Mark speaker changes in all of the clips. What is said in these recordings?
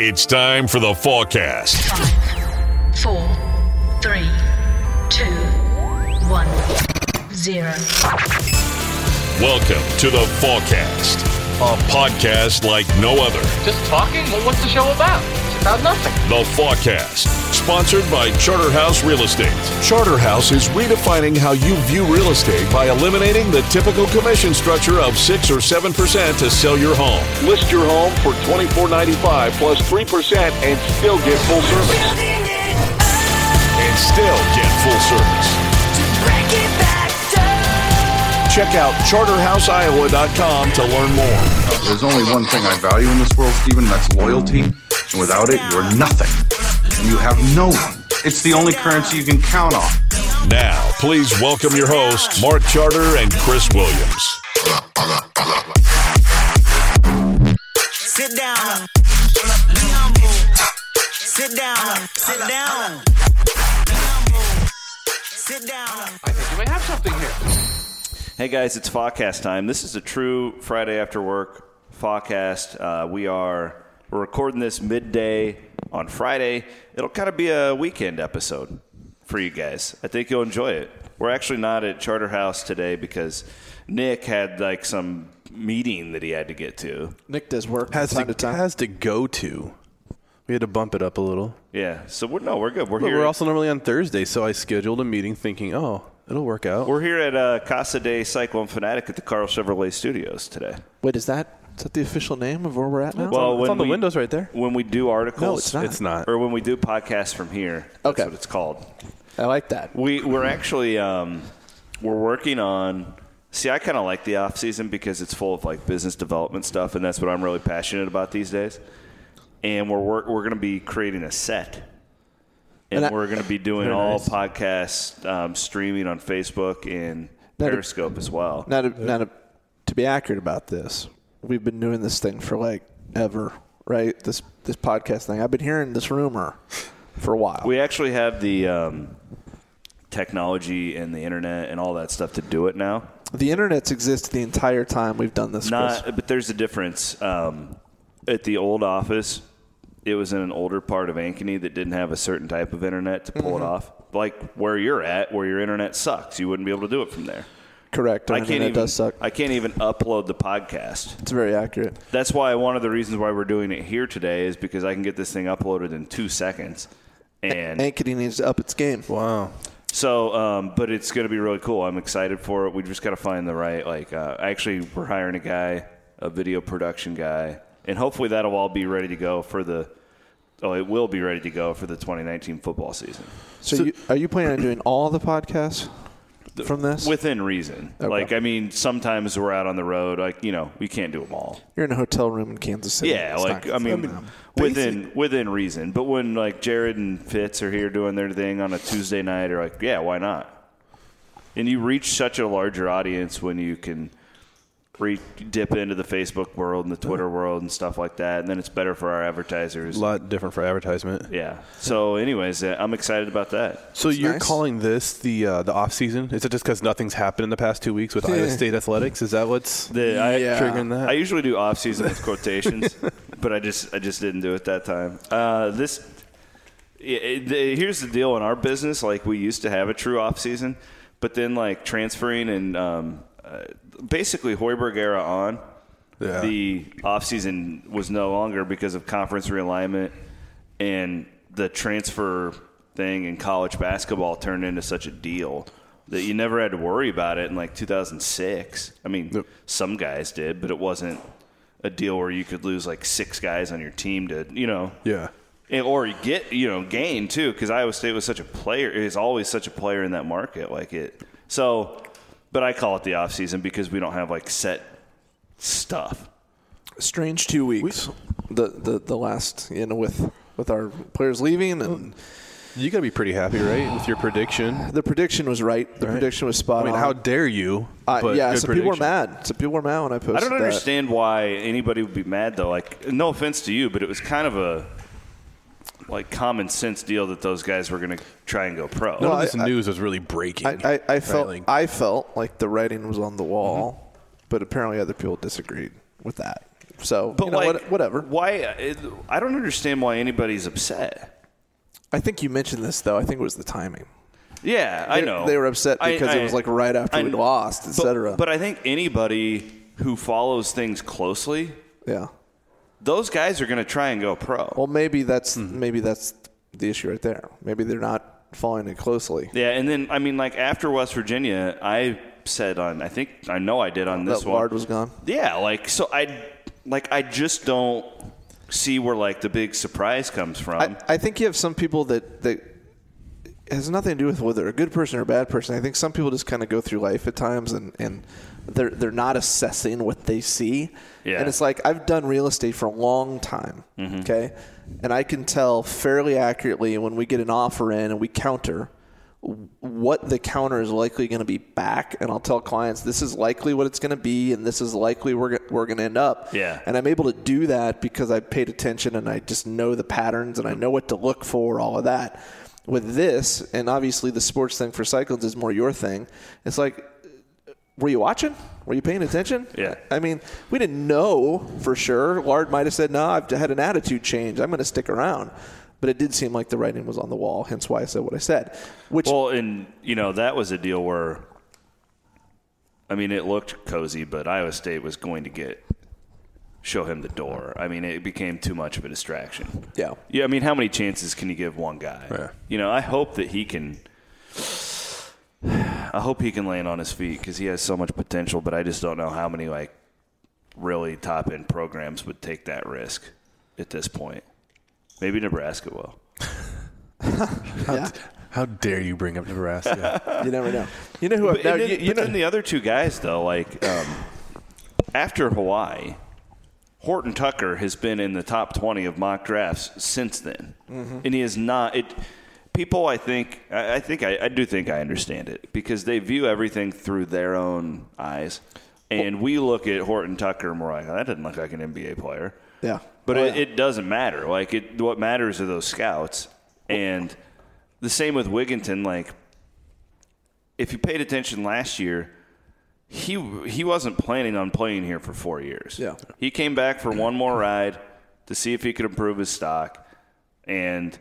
Speaker 1: It's time for the forecast.
Speaker 2: Five, four, three, two, one, zero.
Speaker 1: Welcome to the forecast, a podcast like no other.
Speaker 3: Just talking? Well, what's the show about? It's about nothing.
Speaker 1: The Forecast, sponsored by Charterhouse Real Estate. Charterhouse is redefining how you view real estate by eliminating the typical commission structure of 6 or 7% to sell your home. List your home for $24.95 plus 3% and still get full service. And still get full service. Check out charterhouseiowa.com to learn more.
Speaker 4: There's only one thing I value in this world, Stephen, and that's loyalty. And without it, you're nothing. And you have no one. It's the only currency you can count on.
Speaker 1: Now, please welcome your hosts, Mark Charter and Chris Williams.
Speaker 5: Sit down. Sit down. Sit down. Sit down.
Speaker 3: I think you may have something here.
Speaker 6: Hey guys, it's Fawcast time. This is a true Friday after work Fawcast. Uh, we are we're recording this midday on Friday. It'll kind of be a weekend episode for you guys. I think you'll enjoy it. We're actually not at Charterhouse today because Nick had like some meeting that he had to get to.
Speaker 7: Nick does work
Speaker 8: has
Speaker 7: from time
Speaker 8: to,
Speaker 7: to time.
Speaker 8: has to go to. We had to bump it up a little.
Speaker 6: Yeah, so we're no, we're good. We're
Speaker 8: But
Speaker 6: here.
Speaker 8: we're also normally on Thursday, so I scheduled a meeting thinking, oh, it'll work out.
Speaker 6: we're here at uh, Casa de Cyclone Fanatic at the Carl Chevrolet Studios today.
Speaker 7: Wait, is that is that the official name of where we're at now?
Speaker 8: Well- it's on the windows right there.
Speaker 6: When we do articles,
Speaker 7: No, it's not.
Speaker 8: It's not.
Speaker 6: Or when we do podcasts from here. That's
Speaker 7: Okay.
Speaker 6: what it's called.
Speaker 7: I like that.
Speaker 6: We we're actually um, we're working on. See, I kind of like the off season because it's full of like business development stuff, and that's what I'm really passionate about these days. And we're work, we're going to be creating a set, and,
Speaker 7: And I-
Speaker 6: we're going to be doing all
Speaker 8: nice.
Speaker 6: podcasts um, streaming on Facebook and
Speaker 7: That-
Speaker 6: Periscope as well.
Speaker 7: Now, to, now to, to be accurate about this, we've been doing this thing for like ever, right? This this podcast thing. I've been hearing this rumor for a while.
Speaker 6: We actually have the um, technology and the internet and all that stuff to do it now.
Speaker 7: the internet's existed the entire time we've done this.
Speaker 6: Not,
Speaker 7: Chris.
Speaker 6: but there's a difference. Um, at the old office, it was in an older part of Ankeny that didn't have a certain type of internet to pull
Speaker 7: Mm-hmm.
Speaker 6: it off. Like where you're at, where your internet sucks, you wouldn't be able to do it from there.
Speaker 7: correct. Our
Speaker 6: I can't
Speaker 7: internet
Speaker 6: even.
Speaker 7: does suck.
Speaker 6: I can't even upload the podcast.
Speaker 7: it's very accurate.
Speaker 6: That's why one of the reasons why we're doing it here today is because I can get this thing uploaded in two seconds. And
Speaker 7: Ankeny needs to up its game.
Speaker 8: wow.
Speaker 6: so, um, but it's going to be really cool. I'm excited for it. We just got to find the right, like, uh, actually, we're hiring a guy, a video production guy, and hopefully that'll all be ready to go for the, oh, it will be ready to go for the 2019 football season.
Speaker 7: So, you, are you planning on doing all the podcasts from this?
Speaker 6: Within reason.
Speaker 7: Okay.
Speaker 6: Like, I mean, sometimes we're out on the road, like, you know, we can't do them all.
Speaker 7: You're in a hotel room in Kansas City.
Speaker 6: Yeah,
Speaker 7: It's
Speaker 6: like
Speaker 7: not-
Speaker 6: I mean, within within reason. But when like Jared and Fitz are here doing their thing on a Tuesday night, or like, yeah, why not? And you reach such a larger audience when you can re- dip into the Facebook world and the Twitter world and stuff like that, and then it's better for our advertisers.
Speaker 8: A Uh-huh. lot different for advertisement.
Speaker 6: Yeah. So, anyways, uh, I'm excited about that.
Speaker 8: So you're
Speaker 7: nice.
Speaker 8: calling this the uh, the off season? Is it just because nothing's happened in the past two weeks with Iowa State athletics? Is that what's
Speaker 6: The- I,
Speaker 7: Yeah.
Speaker 8: triggering that?
Speaker 6: I usually do off season with quotations, but I just I just didn't do it that time. Uh, this it, it- the- here's the deal in our business: like we used to have a true off season, but then like transferring and um, uh, basically Hoiberg era on,
Speaker 8: Yeah.
Speaker 6: the off season was no longer because of conference realignment and the transfer thing in college basketball turned into such a deal that you never had to worry about it in like 2006. I mean,
Speaker 8: Yep.
Speaker 6: some guys did, but it wasn't a deal where you could lose like six guys on your team to, you know,
Speaker 8: yeah.
Speaker 6: and- or you get, you know, gain too, because Iowa State was such a player, is always such a player in that market. Like it, so, but I call it the off season because we don't have like set stuff.
Speaker 7: strange two weeks. the, the the last you know with with our players leaving and
Speaker 8: You got to be pretty happy, right, with your prediction?
Speaker 7: the prediction was right. The prediction was spot
Speaker 8: I mean,
Speaker 7: on.
Speaker 8: how dare you?
Speaker 7: Um, I-
Speaker 8: but
Speaker 7: yeah,
Speaker 8: good
Speaker 7: some people were
Speaker 8: prediction.
Speaker 7: mad. Some people were mad when I posted.
Speaker 6: I don't
Speaker 7: that.
Speaker 6: understand why anybody would be mad though. Like, no offense to you, but it was kind of a like common sense deal that those guys were going to try and go pro.
Speaker 8: None
Speaker 7: Well,
Speaker 8: of this
Speaker 7: I- I-
Speaker 8: news is really breaking.
Speaker 7: I, I, I
Speaker 8: right?
Speaker 7: felt
Speaker 8: Like,
Speaker 6: Mm-hmm.
Speaker 7: I felt like the writing was on the wall, but apparently other people disagreed with that. So,
Speaker 6: But
Speaker 7: you know,
Speaker 6: like,
Speaker 7: what- whatever.
Speaker 6: Why? It, I don't understand why anybody's upset.
Speaker 7: I think you mentioned this though. I think it was the timing.
Speaker 6: Yeah, I
Speaker 7: They-
Speaker 6: know
Speaker 7: they were upset because it was, like, right after we lost, et
Speaker 6: but-
Speaker 7: cetera.
Speaker 6: But, I think anybody who follows things closely,
Speaker 7: Yeah.
Speaker 6: those guys are going to try and go pro.
Speaker 7: Well, maybe that's
Speaker 6: Mm-hmm.
Speaker 7: maybe that's the issue right there. Maybe they're not following it closely.
Speaker 6: Yeah, and then I mean, like after West Virginia, I said on I think I know I did on this
Speaker 7: that
Speaker 6: one.
Speaker 7: Lard was gone.
Speaker 6: Yeah, like so I like I just don't see where like the big surprise comes from.
Speaker 7: I, I think you have some people that that it has nothing to do with whether they're a good person or a bad person. I think some people just kind of go through life at times and and they're they're not assessing what they see.
Speaker 6: Yeah. Mm-hmm.
Speaker 7: And it's like I've done real estate for a long time, okay, and I can tell fairly accurately when we get an offer in and we counter w- what the counter is likely going to be back and I'll tell clients this is likely what it's going to be and this is likely we're, go- we're going to end up
Speaker 6: Yeah.
Speaker 7: and I'm able to do that because I paid attention and I just know the patterns and I know what to look for, all of that. With this, and obviously the sports thing for cycles is more your thing. It's like, were you watching? Were you paying attention?
Speaker 6: Yeah.
Speaker 7: I mean, we didn't know for sure. Lard might have said, no, I've had an attitude change. I'm going to stick around. But it did seem like the writing was on the wall, hence why I said what I said. Which,
Speaker 6: well, and you know that was a deal where I mean it looked cozy, but Iowa State was going to get show him the door. I mean it became too much of a distraction.
Speaker 7: yeah.
Speaker 6: Yeah, I mean, how many chances can you give one guy? You know, I hope that he can. I hope he can land on his feet because he has so much potential. But I just don't know how many like really top end programs would take that risk at this point. Maybe Nebraska will.
Speaker 7: yeah.
Speaker 8: How dare you bring up Nebraska?
Speaker 7: You never know. You know who
Speaker 6: But,
Speaker 7: I've now,
Speaker 6: and then,
Speaker 7: you, you
Speaker 6: but
Speaker 7: know,
Speaker 6: then the other two guys though, like um, after Hawaii, Horton Tucker has been in the top twenty of mock drafts since then,
Speaker 7: Mm-hmm.
Speaker 6: and he is not. It people, I think, I, I think I, I do think I understand it because they view everything through their own eyes, and we look at Horton Tucker and we're like, that doesn't look like an NBA player.
Speaker 7: Yeah.
Speaker 6: But
Speaker 7: Oh,
Speaker 6: it,
Speaker 7: yeah.
Speaker 6: it doesn't matter. Like it, what matters are those scouts, and the same with Wigginton. Like, if you paid attention last year, he he wasn't planning on playing here for four years.
Speaker 7: Yeah.
Speaker 6: he came back for one more ride to see if he could improve his stock, and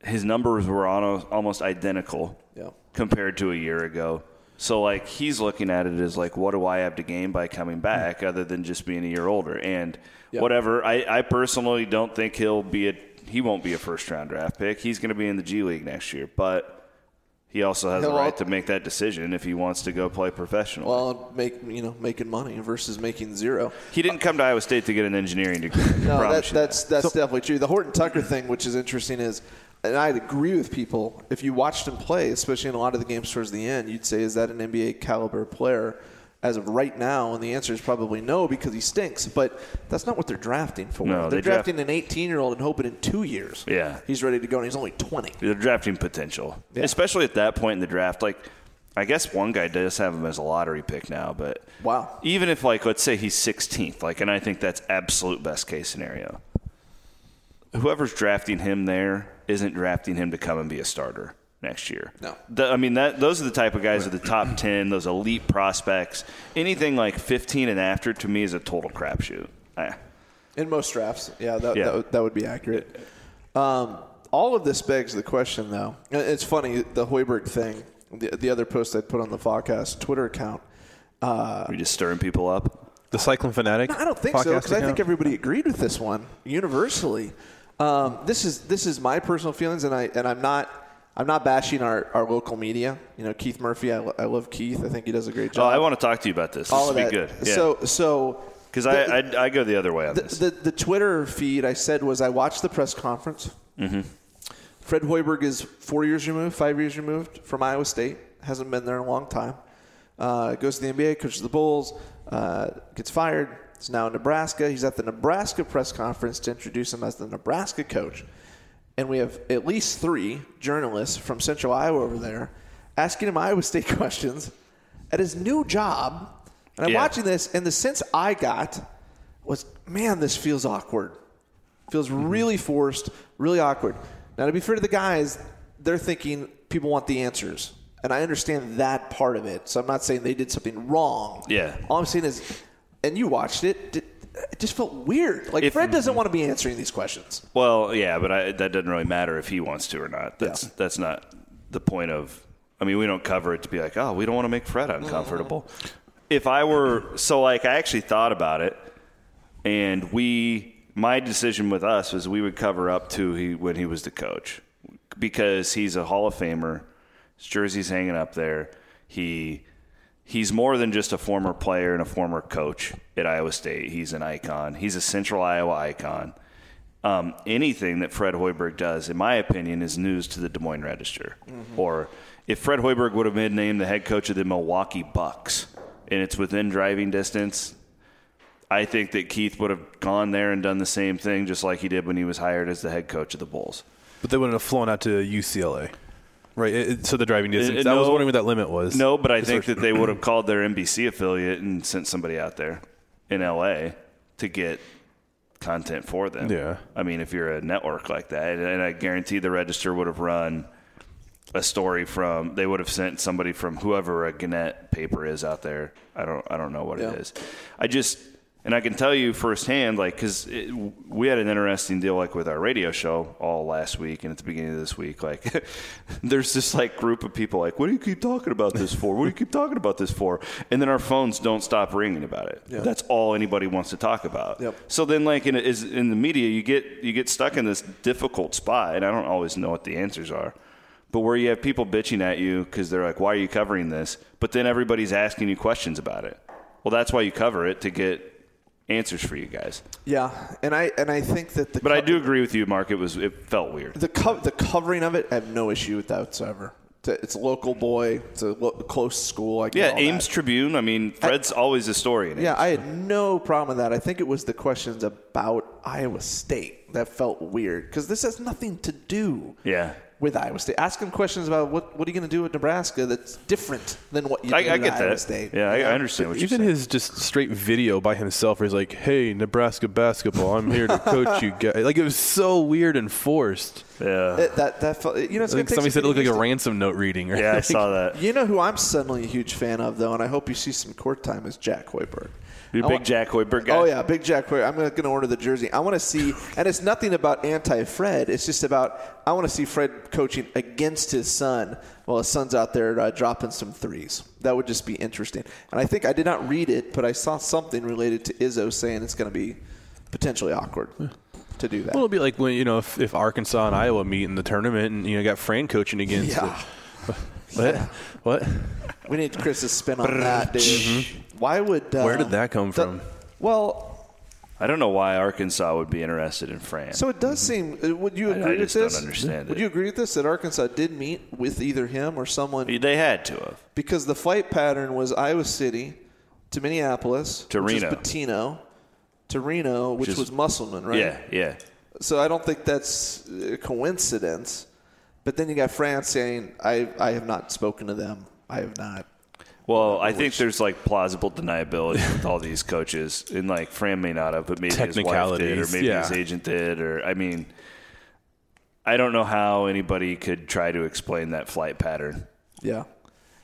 Speaker 6: his numbers were almost almost identical
Speaker 7: Yeah.
Speaker 6: compared to a year ago. So like he's looking at it as like, what do I have to gain by coming back other than just being a year older? And whatever, I, I personally don't think he'll be a he won't be a first round draft pick. He's going to be in the G League next year, but he also has the
Speaker 7: He'll
Speaker 6: right
Speaker 7: al-
Speaker 6: to make that decision if he wants to go play professional.
Speaker 7: well, uh, make, you know, making money versus making zero.
Speaker 6: he didn't come to Iowa State to get an engineering degree. I can
Speaker 7: No, that,
Speaker 6: promise you that.
Speaker 7: that's that's definitely true. The Horton Tucker thing, which is interesting, is, and I'd agree with people. If you watched him play, especially in a lot of the games towards the end, you'd say, is that an NBA caliber player? As of right now, and the answer is probably no because he stinks. But that's not what they're drafting for.
Speaker 6: No, they
Speaker 7: they're
Speaker 6: draft-
Speaker 7: drafting an 18-year-old and hoping in two years,
Speaker 6: Yeah.
Speaker 7: he's ready to go, and he's only 20.
Speaker 6: They're drafting potential,
Speaker 7: Yeah.
Speaker 6: especially at that point in the draft. Like, I guess one guy does have him as a lottery pick now, but
Speaker 7: Wow.
Speaker 6: even if like let's say he's 16th, like, and I think that's absolute best case scenario. Whoever's drafting him there isn't drafting him to come and be a starter next year.
Speaker 7: No.
Speaker 6: The- I mean that those are the type of guys are the top 10, those elite prospects. Anything like 15 and after to me is a total crapshoot. I-
Speaker 7: In most drafts, yeah, that,
Speaker 6: Yeah.
Speaker 7: That, would- that would be accurate. Um, all of this begs the question, though. And It's funny, the Hoiberg thing, the, the other post I put on the podcast Twitter account. Uh,
Speaker 6: Are you just stirring people up?
Speaker 8: the Cycling Fanatic?
Speaker 7: No, I don't think so
Speaker 8: podcast
Speaker 7: because I think
Speaker 8: account?
Speaker 7: everybody agreed with this one universally. Um, this is this is my personal feelings, and I and I'm not I'm not bashing our, our local media. You know, Keith Murphy, I, lo- I love Keith. I think he does a great
Speaker 6: Oh,
Speaker 7: job.
Speaker 6: I want to talk to you about this. This
Speaker 7: all
Speaker 6: will
Speaker 7: of
Speaker 6: be
Speaker 7: that.
Speaker 6: good. Yeah.
Speaker 7: So so
Speaker 6: Because I, I I go the other way on
Speaker 7: the,
Speaker 6: this.
Speaker 7: the, the Twitter feed I said was I watched the press conference.
Speaker 6: Mm-hmm.
Speaker 7: Fred Hoiberg is four years removed, five years removed from Iowa State. Hasn't been there in a long time. Uh, goes to the NBA, coaches the Bulls, uh, gets fired. He's now in Nebraska. He's at the Nebraska press conference to introduce him as the Nebraska coach. And we have at least three journalists from Central Iowa over there asking him Iowa State questions at his new job. And I'm
Speaker 6: Yeah.
Speaker 7: watching this, and the sense I got was, man, this feels awkward. Feels
Speaker 6: Mm-hmm.
Speaker 7: really forced, really awkward. Now, to be fair to the guys, they're thinking people want the answers. And I understand that part of it. So I'm not saying they did something wrong.
Speaker 6: Yeah.
Speaker 7: All I'm saying is, and you watched it. Did, it just felt weird. Like
Speaker 6: If- Mm-hmm.
Speaker 7: Fred doesn't want to be answering these questions.
Speaker 6: Well, yeah, but I, that doesn't really matter if he wants to or not. That's that's not the point of. I mean, we don't cover it to be like, oh, we don't want to make Fred uncomfortable.
Speaker 7: Mm-hmm.
Speaker 6: If I were so, like, I actually thought about it, and we, my decision with us was we would cover up to he when he was the coach because he's a Hall of Famer. His jersey's hanging up there. He he's more than just a former player and a former coach at Iowa State. He's an icon. He's a Central Iowa icon. Um, anything that Fred Hoiberg does, in my opinion, is news to the Des Moines Register. Or if Fred Hoiberg would have been named the head coach of the Milwaukee Bucks and it's within driving distance, I think that Keith would have gone there and done the same thing just like he did when he was hired as the head coach of the Bulls.
Speaker 8: But they wouldn't have flown out to UCLA, right? It, it- so the driving distance.
Speaker 6: Uh,
Speaker 8: I was
Speaker 6: no.
Speaker 8: wondering what that limit was.
Speaker 6: No, but I think that they would have called their NBC affiliate and sent somebody out there in LA to get content for them.
Speaker 8: Yeah.
Speaker 6: I mean, if you're a network like that, and- and I guarantee the Register would have run a story from they would have sent somebody from whoever a Gannett paper is out there. I don't I don't know what
Speaker 7: Yeah.
Speaker 6: it is. I just and I can tell you firsthand, like because we had an interesting deal like with our radio show all last week and at the beginning of this week. Like, there's this like group of people like, what do you keep talking about this for? What do you keep talking about this for? And then our phones don't stop ringing about it.
Speaker 7: Yeah.
Speaker 6: That's all anybody wants to talk about.
Speaker 7: Yep.
Speaker 6: So then, like in is in the media, you get you get stuck in this difficult spot, and I don't always know what the answers are. But where you have people bitching at you because they're like, "Why are you covering this?" But then everybody's asking you questions about it. Well, that's why you cover it to get answers for you guys.
Speaker 7: Yeah, and I and I think that the
Speaker 6: But I do agree with you, Mark. It was it felt weird.
Speaker 7: the co- the covering of it. I have no issue with that whatsoever. It's a- It's a local boy. It's a lo- close school. I get
Speaker 6: Yeah,
Speaker 7: all that.
Speaker 6: Ames Tribune. I mean, Fred's always a story. In it.
Speaker 7: Yeah, I had no problem with that. I think it was the questions about Iowa State that felt weird because this has nothing to do
Speaker 6: Yeah.
Speaker 7: with Iowa State. Ask him questions about what, what are you going to do with Nebraska that's different than what you
Speaker 6: I,
Speaker 7: did
Speaker 6: I
Speaker 7: at
Speaker 6: get
Speaker 7: Iowa
Speaker 6: that.
Speaker 7: State.
Speaker 6: Yeah, I, I understand what you're
Speaker 8: Even
Speaker 6: saying.
Speaker 8: his just straight video by himself, where he's like, "Hey, Nebraska basketball, I'm here to coach you guys." Like it was so weird and forced.
Speaker 6: yeah,
Speaker 7: It- that that felt, you know it's
Speaker 8: I think
Speaker 7: gonna take
Speaker 8: somebody
Speaker 7: some
Speaker 8: said it looked like
Speaker 7: getting
Speaker 8: a
Speaker 7: used to.
Speaker 8: ransom note reading. Right?
Speaker 6: yeah, I saw that.
Speaker 7: You know who I'm suddenly a huge fan of though, and I hope you see some court time is Jack Hoiberg.
Speaker 6: You
Speaker 7: I
Speaker 6: big
Speaker 7: wa-
Speaker 6: Jack Hoiberg guy.
Speaker 7: Oh yeah, big Jack Hoiberg. I'm going to order the jersey. I want to see, and it's nothing about anti-Fred. It's just about I want to see Fred coaching against his son while his son's out there uh, dropping some threes. That would just be interesting. And I think I did not read it, but I saw something related to Izzo saying it's going to be potentially awkward to do that.
Speaker 8: Well, it'll be like when you know if, if Arkansas and Iowa meet in the tournament, and you know got Fran coaching against.
Speaker 7: Yeah.
Speaker 8: it. What? What?
Speaker 7: We need Chris's spin on that, dude.
Speaker 6: Mm-hmm.
Speaker 7: Why would uh,
Speaker 8: Where did that come
Speaker 7: the-
Speaker 8: from?
Speaker 7: well,
Speaker 6: I don't know why Arkansas would be interested in France.
Speaker 7: So it does seem. uh, Would you
Speaker 6: I- I
Speaker 7: agree with
Speaker 6: just don't
Speaker 7: this?
Speaker 6: understand
Speaker 7: would
Speaker 6: it.
Speaker 7: you agree with this that Arkansas did meet with either him or someone
Speaker 6: they had to have.
Speaker 7: because the flight pattern was Iowa City to Minneapolis
Speaker 6: To
Speaker 7: which is
Speaker 6: Reno.
Speaker 7: Patino to Reno, which
Speaker 6: is-
Speaker 7: was Musselman, right?
Speaker 6: Yeah, yeah.
Speaker 7: So I don't think that's a coincidence. But then you got France saying, "I I have not spoken to them. I have not."
Speaker 6: Well, I think there's like plausible deniability with all these coaches, and like Fran may not have, but maybe his wife did, or
Speaker 8: Technicalities,
Speaker 6: maybe
Speaker 8: yeah.
Speaker 6: his agent did, or I mean, I don't know how anybody could try to explain that flight pattern.
Speaker 7: Yeah.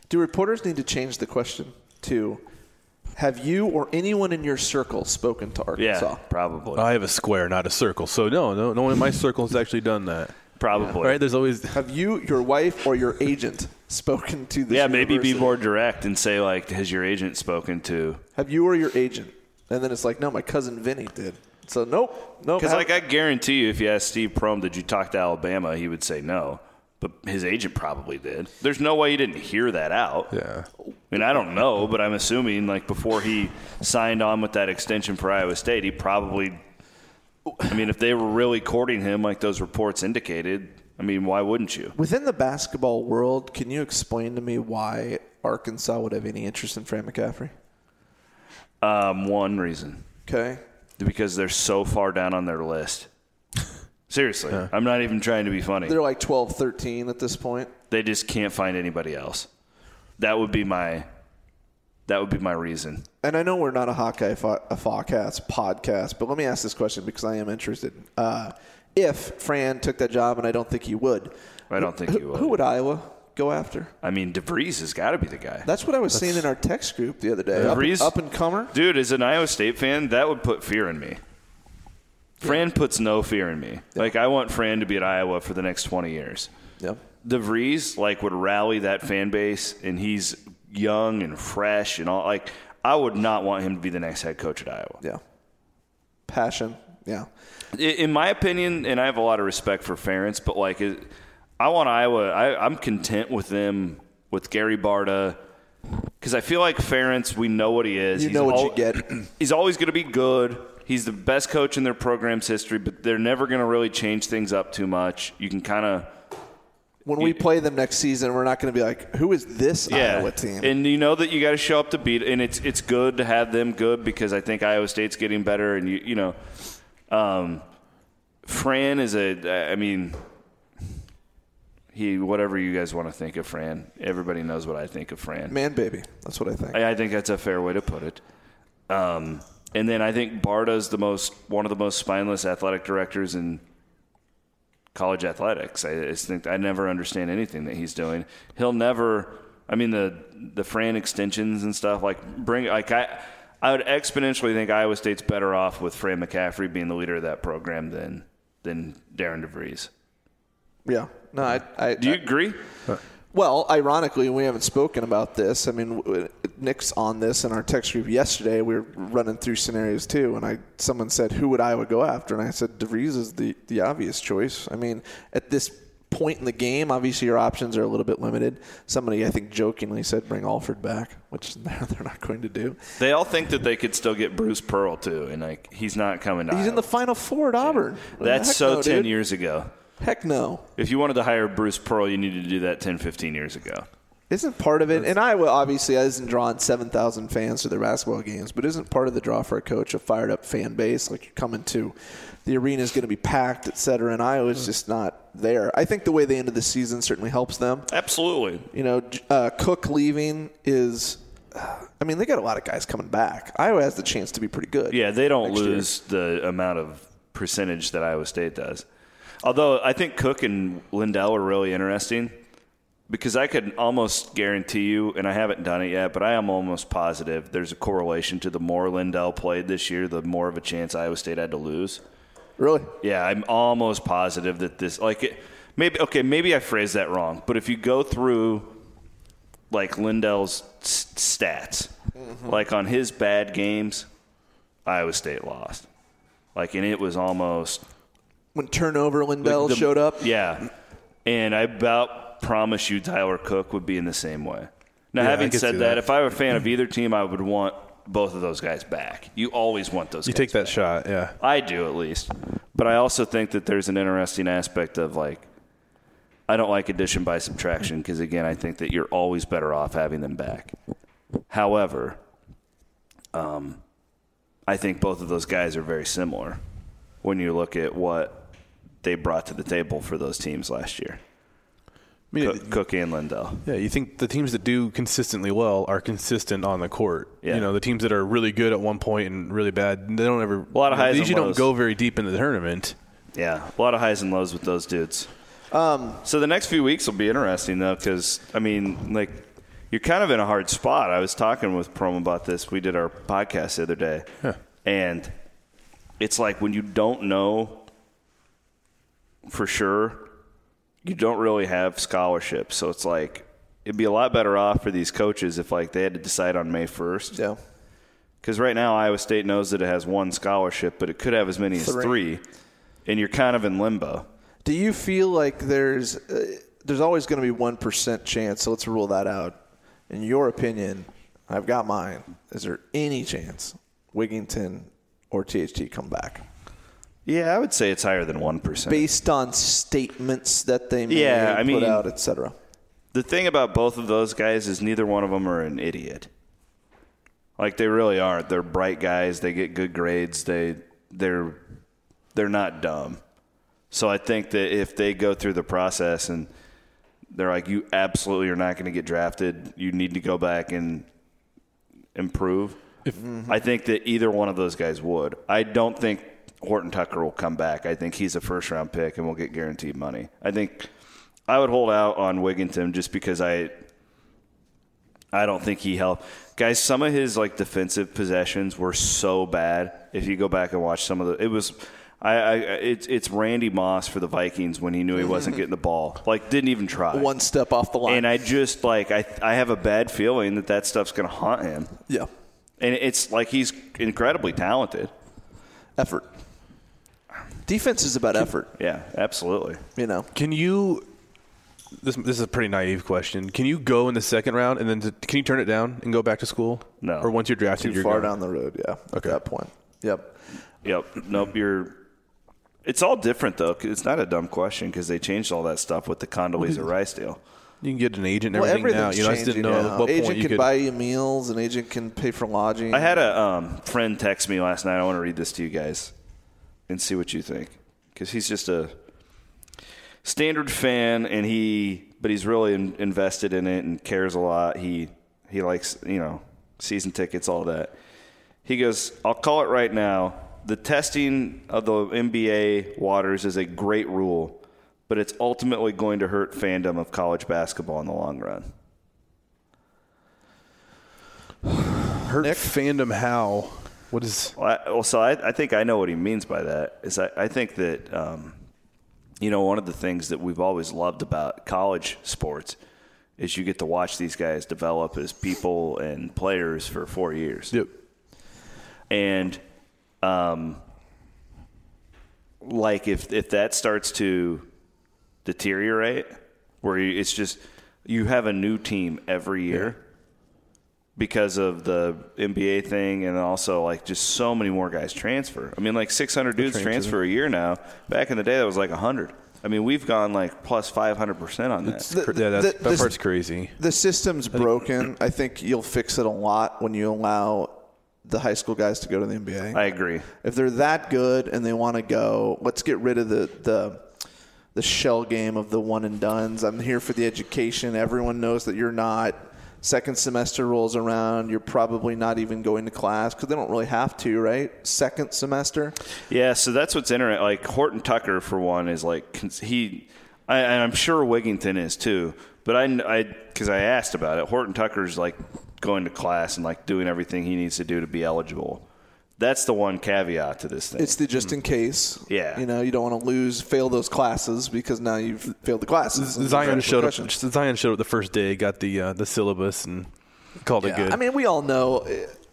Speaker 7: Do reporters need to change the question to, "Have you or anyone in your circle spoken to
Speaker 6: Yeah,
Speaker 7: Arkansas?"
Speaker 6: probably,
Speaker 8: I have a square, not a circle. So no, no, no one in my circle has actually done that.
Speaker 6: probably.
Speaker 8: Right? There's always
Speaker 7: Have you, your wife, or your agent spoken to this?
Speaker 6: yeah, maybe be
Speaker 7: university?
Speaker 6: more direct and say like, has your agent spoken to?
Speaker 7: Have you or your agent? And then it's like, no, my cousin Vinny did. So nope, nope.
Speaker 6: Because
Speaker 7: have-
Speaker 6: like I guarantee you, if you asked Steve Prohm, did you talk to Alabama, he would say no. But his agent probably did. There's no way he didn't hear that out.
Speaker 8: yeah.
Speaker 6: I mean, I don't know, but I'm assuming like before he signed on with that extension for Iowa State, he probably. I mean, if they were really courting him, like those reports indicated, I mean, why wouldn't you?
Speaker 7: within the basketball world, can you explain to me why Arkansas would have any interest in Fran McCaffrey?
Speaker 6: Um, one reason
Speaker 7: Okay,
Speaker 6: because they're so far down on their list. Seriously, I'm not even trying to be funny.
Speaker 7: they're like 12, 13 at this point.
Speaker 6: They just can't find anybody else. That would be my. That would be my reason.
Speaker 7: And I know we're not a Hawkeye fo- a Fawcast podcast, but let me ask this question because I am interested. Uh, if Fran took that job, and I don't think he would,
Speaker 6: I don't think
Speaker 7: who,
Speaker 6: you would.
Speaker 7: Who would Iowa go after?
Speaker 6: I mean, DeVries has got to be the guy.
Speaker 7: That's what I was saying in our text group the other day. Up,
Speaker 6: DeVries?
Speaker 7: up and comer.
Speaker 6: Dude, as an Iowa State fan, that would put fear in me. Fran puts no fear in me. Like I want Fran to be at Iowa for the next 20 years.
Speaker 7: Yeah.
Speaker 6: DeVries like would rally that fan base and he's young and fresh and all like I would not want him to be the next head coach at Iowa.
Speaker 7: Yeah. Passion. Yeah.
Speaker 6: I- In my opinion, and I have a lot of respect for Ferentz, but like it- I want Iowa. I, I'm content with them with Gary Barta because I feel like Ferentz. We know what he is.
Speaker 7: You know what you
Speaker 6: al-
Speaker 7: get.
Speaker 6: He's always going to be good. He's the best coach in their program's history, but they're never going to really change things up too much. You can kind of
Speaker 7: When we play them next season, we're not going to be like, who is this
Speaker 6: yeah,
Speaker 7: Iowa team?
Speaker 6: and you know that you got to show up to beat. And it's it's good to have them good because I think Iowa State's getting better, and you you know, um, Fran is a I mean, he whatever you guys want to think of Fran. Everybody knows what I think of Fran.
Speaker 7: Man, baby. That's what I think.
Speaker 6: I, I think that's a fair way to put it. Um, and then I think Barda's the most one of the most spineless athletic directors in college athletics. I, I just think I never understand anything that he's doing. He'll never. I mean the the Fran extensions and stuff like bring like I. I would exponentially think Iowa State's better off with Fran McCaffrey being the leader of that program than than Darren DeVries.
Speaker 7: yeah. No, I, I,
Speaker 6: Do you agree?
Speaker 7: Well, ironically, we haven't spoken about this. I mean, w- Nick's on this in our text group yesterday. We were running through scenarios too, and I someone said, "Who would Iowa go after?" And I said, "DeVries is the the obvious choice." I mean, at this point in the game, obviously your options are a little bit limited. Somebody, I think, jokingly said, "Bring Alford back," which they're they're not going to do.
Speaker 6: They all think that they could still get Bruce Pearl too, and like he's not coming. To
Speaker 7: He's in
Speaker 6: Iowa.
Speaker 7: the Final Four at Auburn.
Speaker 6: That's
Speaker 7: Heck
Speaker 6: so
Speaker 7: no,
Speaker 6: 10
Speaker 7: dude.
Speaker 6: years ago.
Speaker 7: Heck no.
Speaker 6: If you wanted to hire Bruce Pearl, you needed to do that 10, 15 years ago.
Speaker 7: Isn't part of it, and Iowa obviously isn't drawing 7,000 fans to their basketball games, but isn't part of the draw for a coach a fired up fan base? Like you're coming to, the arena is going to be packed, et cetera, and
Speaker 8: Mm.
Speaker 7: Iowa's just not there. I think the way they ended the season certainly helps them.
Speaker 6: Absolutely.
Speaker 7: You know, J- uh, Cook leaving is, uh, I mean, they got a lot of guys coming back. Iowa has the chance to be pretty good.
Speaker 6: Yeah, they don't
Speaker 7: next year.
Speaker 6: lose the amount of percentage that Iowa State does. Although I think Cook and Lindell are really interesting because I could almost guarantee you, and I haven't done it yet, but I am almost positive there's a correlation to the more Lindell played this year, the more of a chance Iowa State had to lose.
Speaker 7: Really?
Speaker 6: Yeah, I'm almost positive that this like it, maybe okay, maybe I phrased that wrong, but if you go through like Lindell's s- stats, like on his bad games, Iowa State lost. Like and it was almost
Speaker 7: When turnover Lindell
Speaker 6: the-
Speaker 7: showed up,
Speaker 6: yeah. And I about promise you Tyler Cook would be in the same way. Now
Speaker 8: Yeah, I
Speaker 6: having
Speaker 8: could
Speaker 6: said
Speaker 8: see
Speaker 6: that,
Speaker 8: that.
Speaker 6: if I were a fan of either team, I would want both of those guys back. You always want those
Speaker 8: You
Speaker 6: guys
Speaker 8: take that shot, yeah.
Speaker 6: I do at least. But I also think that there's an interesting aspect of like, I don't like addition by subtraction because, again, I think that you're always better off having them back. However, um, I think both of those guys are very similar when you look at what they brought to the table for those teams last year
Speaker 8: I mean,
Speaker 6: Cook, Cook and Lindell.
Speaker 8: yeah, you think the teams that do consistently well are consistent on the court.
Speaker 6: Yeah.
Speaker 8: You know, the teams that are really good at one point and really bad, they don't ever.
Speaker 6: A lot
Speaker 8: you
Speaker 6: of
Speaker 8: know,
Speaker 6: highs
Speaker 8: They
Speaker 6: and
Speaker 8: usually don't
Speaker 6: lows.
Speaker 8: go very deep into the tournament.
Speaker 6: Yeah, a lot of highs and lows with those dudes. Um, so the next few weeks will be interesting though, because I mean, like, you're kind of in a hard spot. I was talking with Prom about this. We did our podcast the other day, and it's like when you don't know for sure, you don't really have scholarships. So it's like it'd be a lot better off for these coaches if like they had to decide on May first.
Speaker 7: yeah.
Speaker 6: Because right now Iowa State knows that it has one scholarship, but it could have as many as
Speaker 7: Three.
Speaker 6: three, and you're kind of in limbo.
Speaker 7: Do you feel like there's uh, there's always going to be one percent chance? So let's rule that out. In your opinion, I've got mine. Is there any chance Wigington or THT come back
Speaker 6: Yeah, I would say it's higher than one percent.
Speaker 7: based on statements that they made,
Speaker 6: Yeah, I
Speaker 7: put
Speaker 6: mean-
Speaker 7: out, etc.?
Speaker 6: The thing about both of those guys is neither one of them are an idiot. Like they really aren't. They're bright guys. They get good grades. They they're they're not dumb. So I think that if they go through the process and they're like, you absolutely are not going to get drafted. You need to go back and improve. I think that either one of those guys would. I don't think Horton Tucker will come back. I think he's a first round pick and will get guaranteed money. I think I would hold out on Wigginton just because I I don't think he helped. Guys, some of his like defensive possessions were so bad. If you go back and watch some of the, it was, I, I it's it's Randy Moss for the Vikings when he knew he wasn't getting the ball. Like didn't even try.
Speaker 7: One step Mm-hmm. off the line.
Speaker 6: And I just like I I have a bad feeling that that stuff's gonna haunt him.
Speaker 7: yeah.
Speaker 6: And it's like he's incredibly talented.
Speaker 7: Effort. Defense is about effort,
Speaker 6: Yeah, absolutely.
Speaker 7: you know.
Speaker 8: Can you? This this is a pretty naive question. Can you go in the second round and then t- can you turn it down and go back to school?
Speaker 6: No.
Speaker 8: Or once you're drafted,
Speaker 7: Too
Speaker 8: you're
Speaker 7: far
Speaker 8: gone.
Speaker 7: down the road, yeah, at
Speaker 8: Okay.
Speaker 7: that point. Yep.
Speaker 6: Yep. Nope. You're. It's all different though. 'cause It's not a dumb question because they changed all that stuff with the Condoleezza Rice deal.
Speaker 8: You can get an agent and
Speaker 7: Well,
Speaker 8: everything now.
Speaker 7: everything's
Speaker 8: You know, I just
Speaker 7: changing
Speaker 8: didn't know
Speaker 7: now.
Speaker 8: at what
Speaker 7: agent
Speaker 8: point you
Speaker 7: can
Speaker 8: could.
Speaker 7: buy you meals, an agent can pay for lodging.
Speaker 6: I had a um, friend text me last night. I want to read this to you guys and see what you think because he's just a standard fan and he, but he's really in, invested in it and cares a lot. He he likes you know season tickets, all that. He goes, I'll call it right now. The testing of the NBA waters is a great rule, but it's ultimately going to hurt fandom of college basketball in the long run.
Speaker 8: hurt fandom how? What is?
Speaker 6: Well, I, well so I, I think I know what he means by that. Is I, I think that um, you know one of the things that we've always loved about college sports is you get to watch these guys develop as people and players for four years,
Speaker 8: Yep.
Speaker 6: and um, like if if that starts to deteriorate, where you, it's just you have a new team every year because of the NBA thing, and also like just so many more guys transfer. I mean, like 600 dudes transfer a year now. Back in the day, that was like 100. I mean, we've gone like plus 500 percent on that.
Speaker 7: The-
Speaker 8: yeah, that's,
Speaker 7: the-
Speaker 8: that
Speaker 7: the-
Speaker 8: part's crazy.
Speaker 7: The system's broken. I think you'll fix it a lot when you allow the high school guys to go to the NBA.
Speaker 6: I agree.
Speaker 7: if they're that good and they want to go, let's get rid of the the the shell game of the one and duns. I'm here for the education. Everyone knows that you're not. Second semester rolls around, you're probably not even going to class because they don't really have to, right? Second semester.
Speaker 6: Yeah, so that's what's interesting. Like Horton Tucker, for one, is like cons- he, I, and I'm sure Wigington is too. But I, because I, asked about it, Horton Tucker's like going to class and like doing everything he needs to do to be eligible. That's the one caveat to this thing.
Speaker 7: It's the just in
Speaker 8: Mm-hmm.
Speaker 7: case.
Speaker 6: Yeah.
Speaker 7: You know, you don't want to lose, fail those classes because now you've failed the classes.
Speaker 8: Zion showed up.
Speaker 7: Question.
Speaker 8: Zion showed up the first day, got the uh, the syllabus, and called it
Speaker 7: Yeah,
Speaker 8: good.
Speaker 7: I mean, we all know, uh,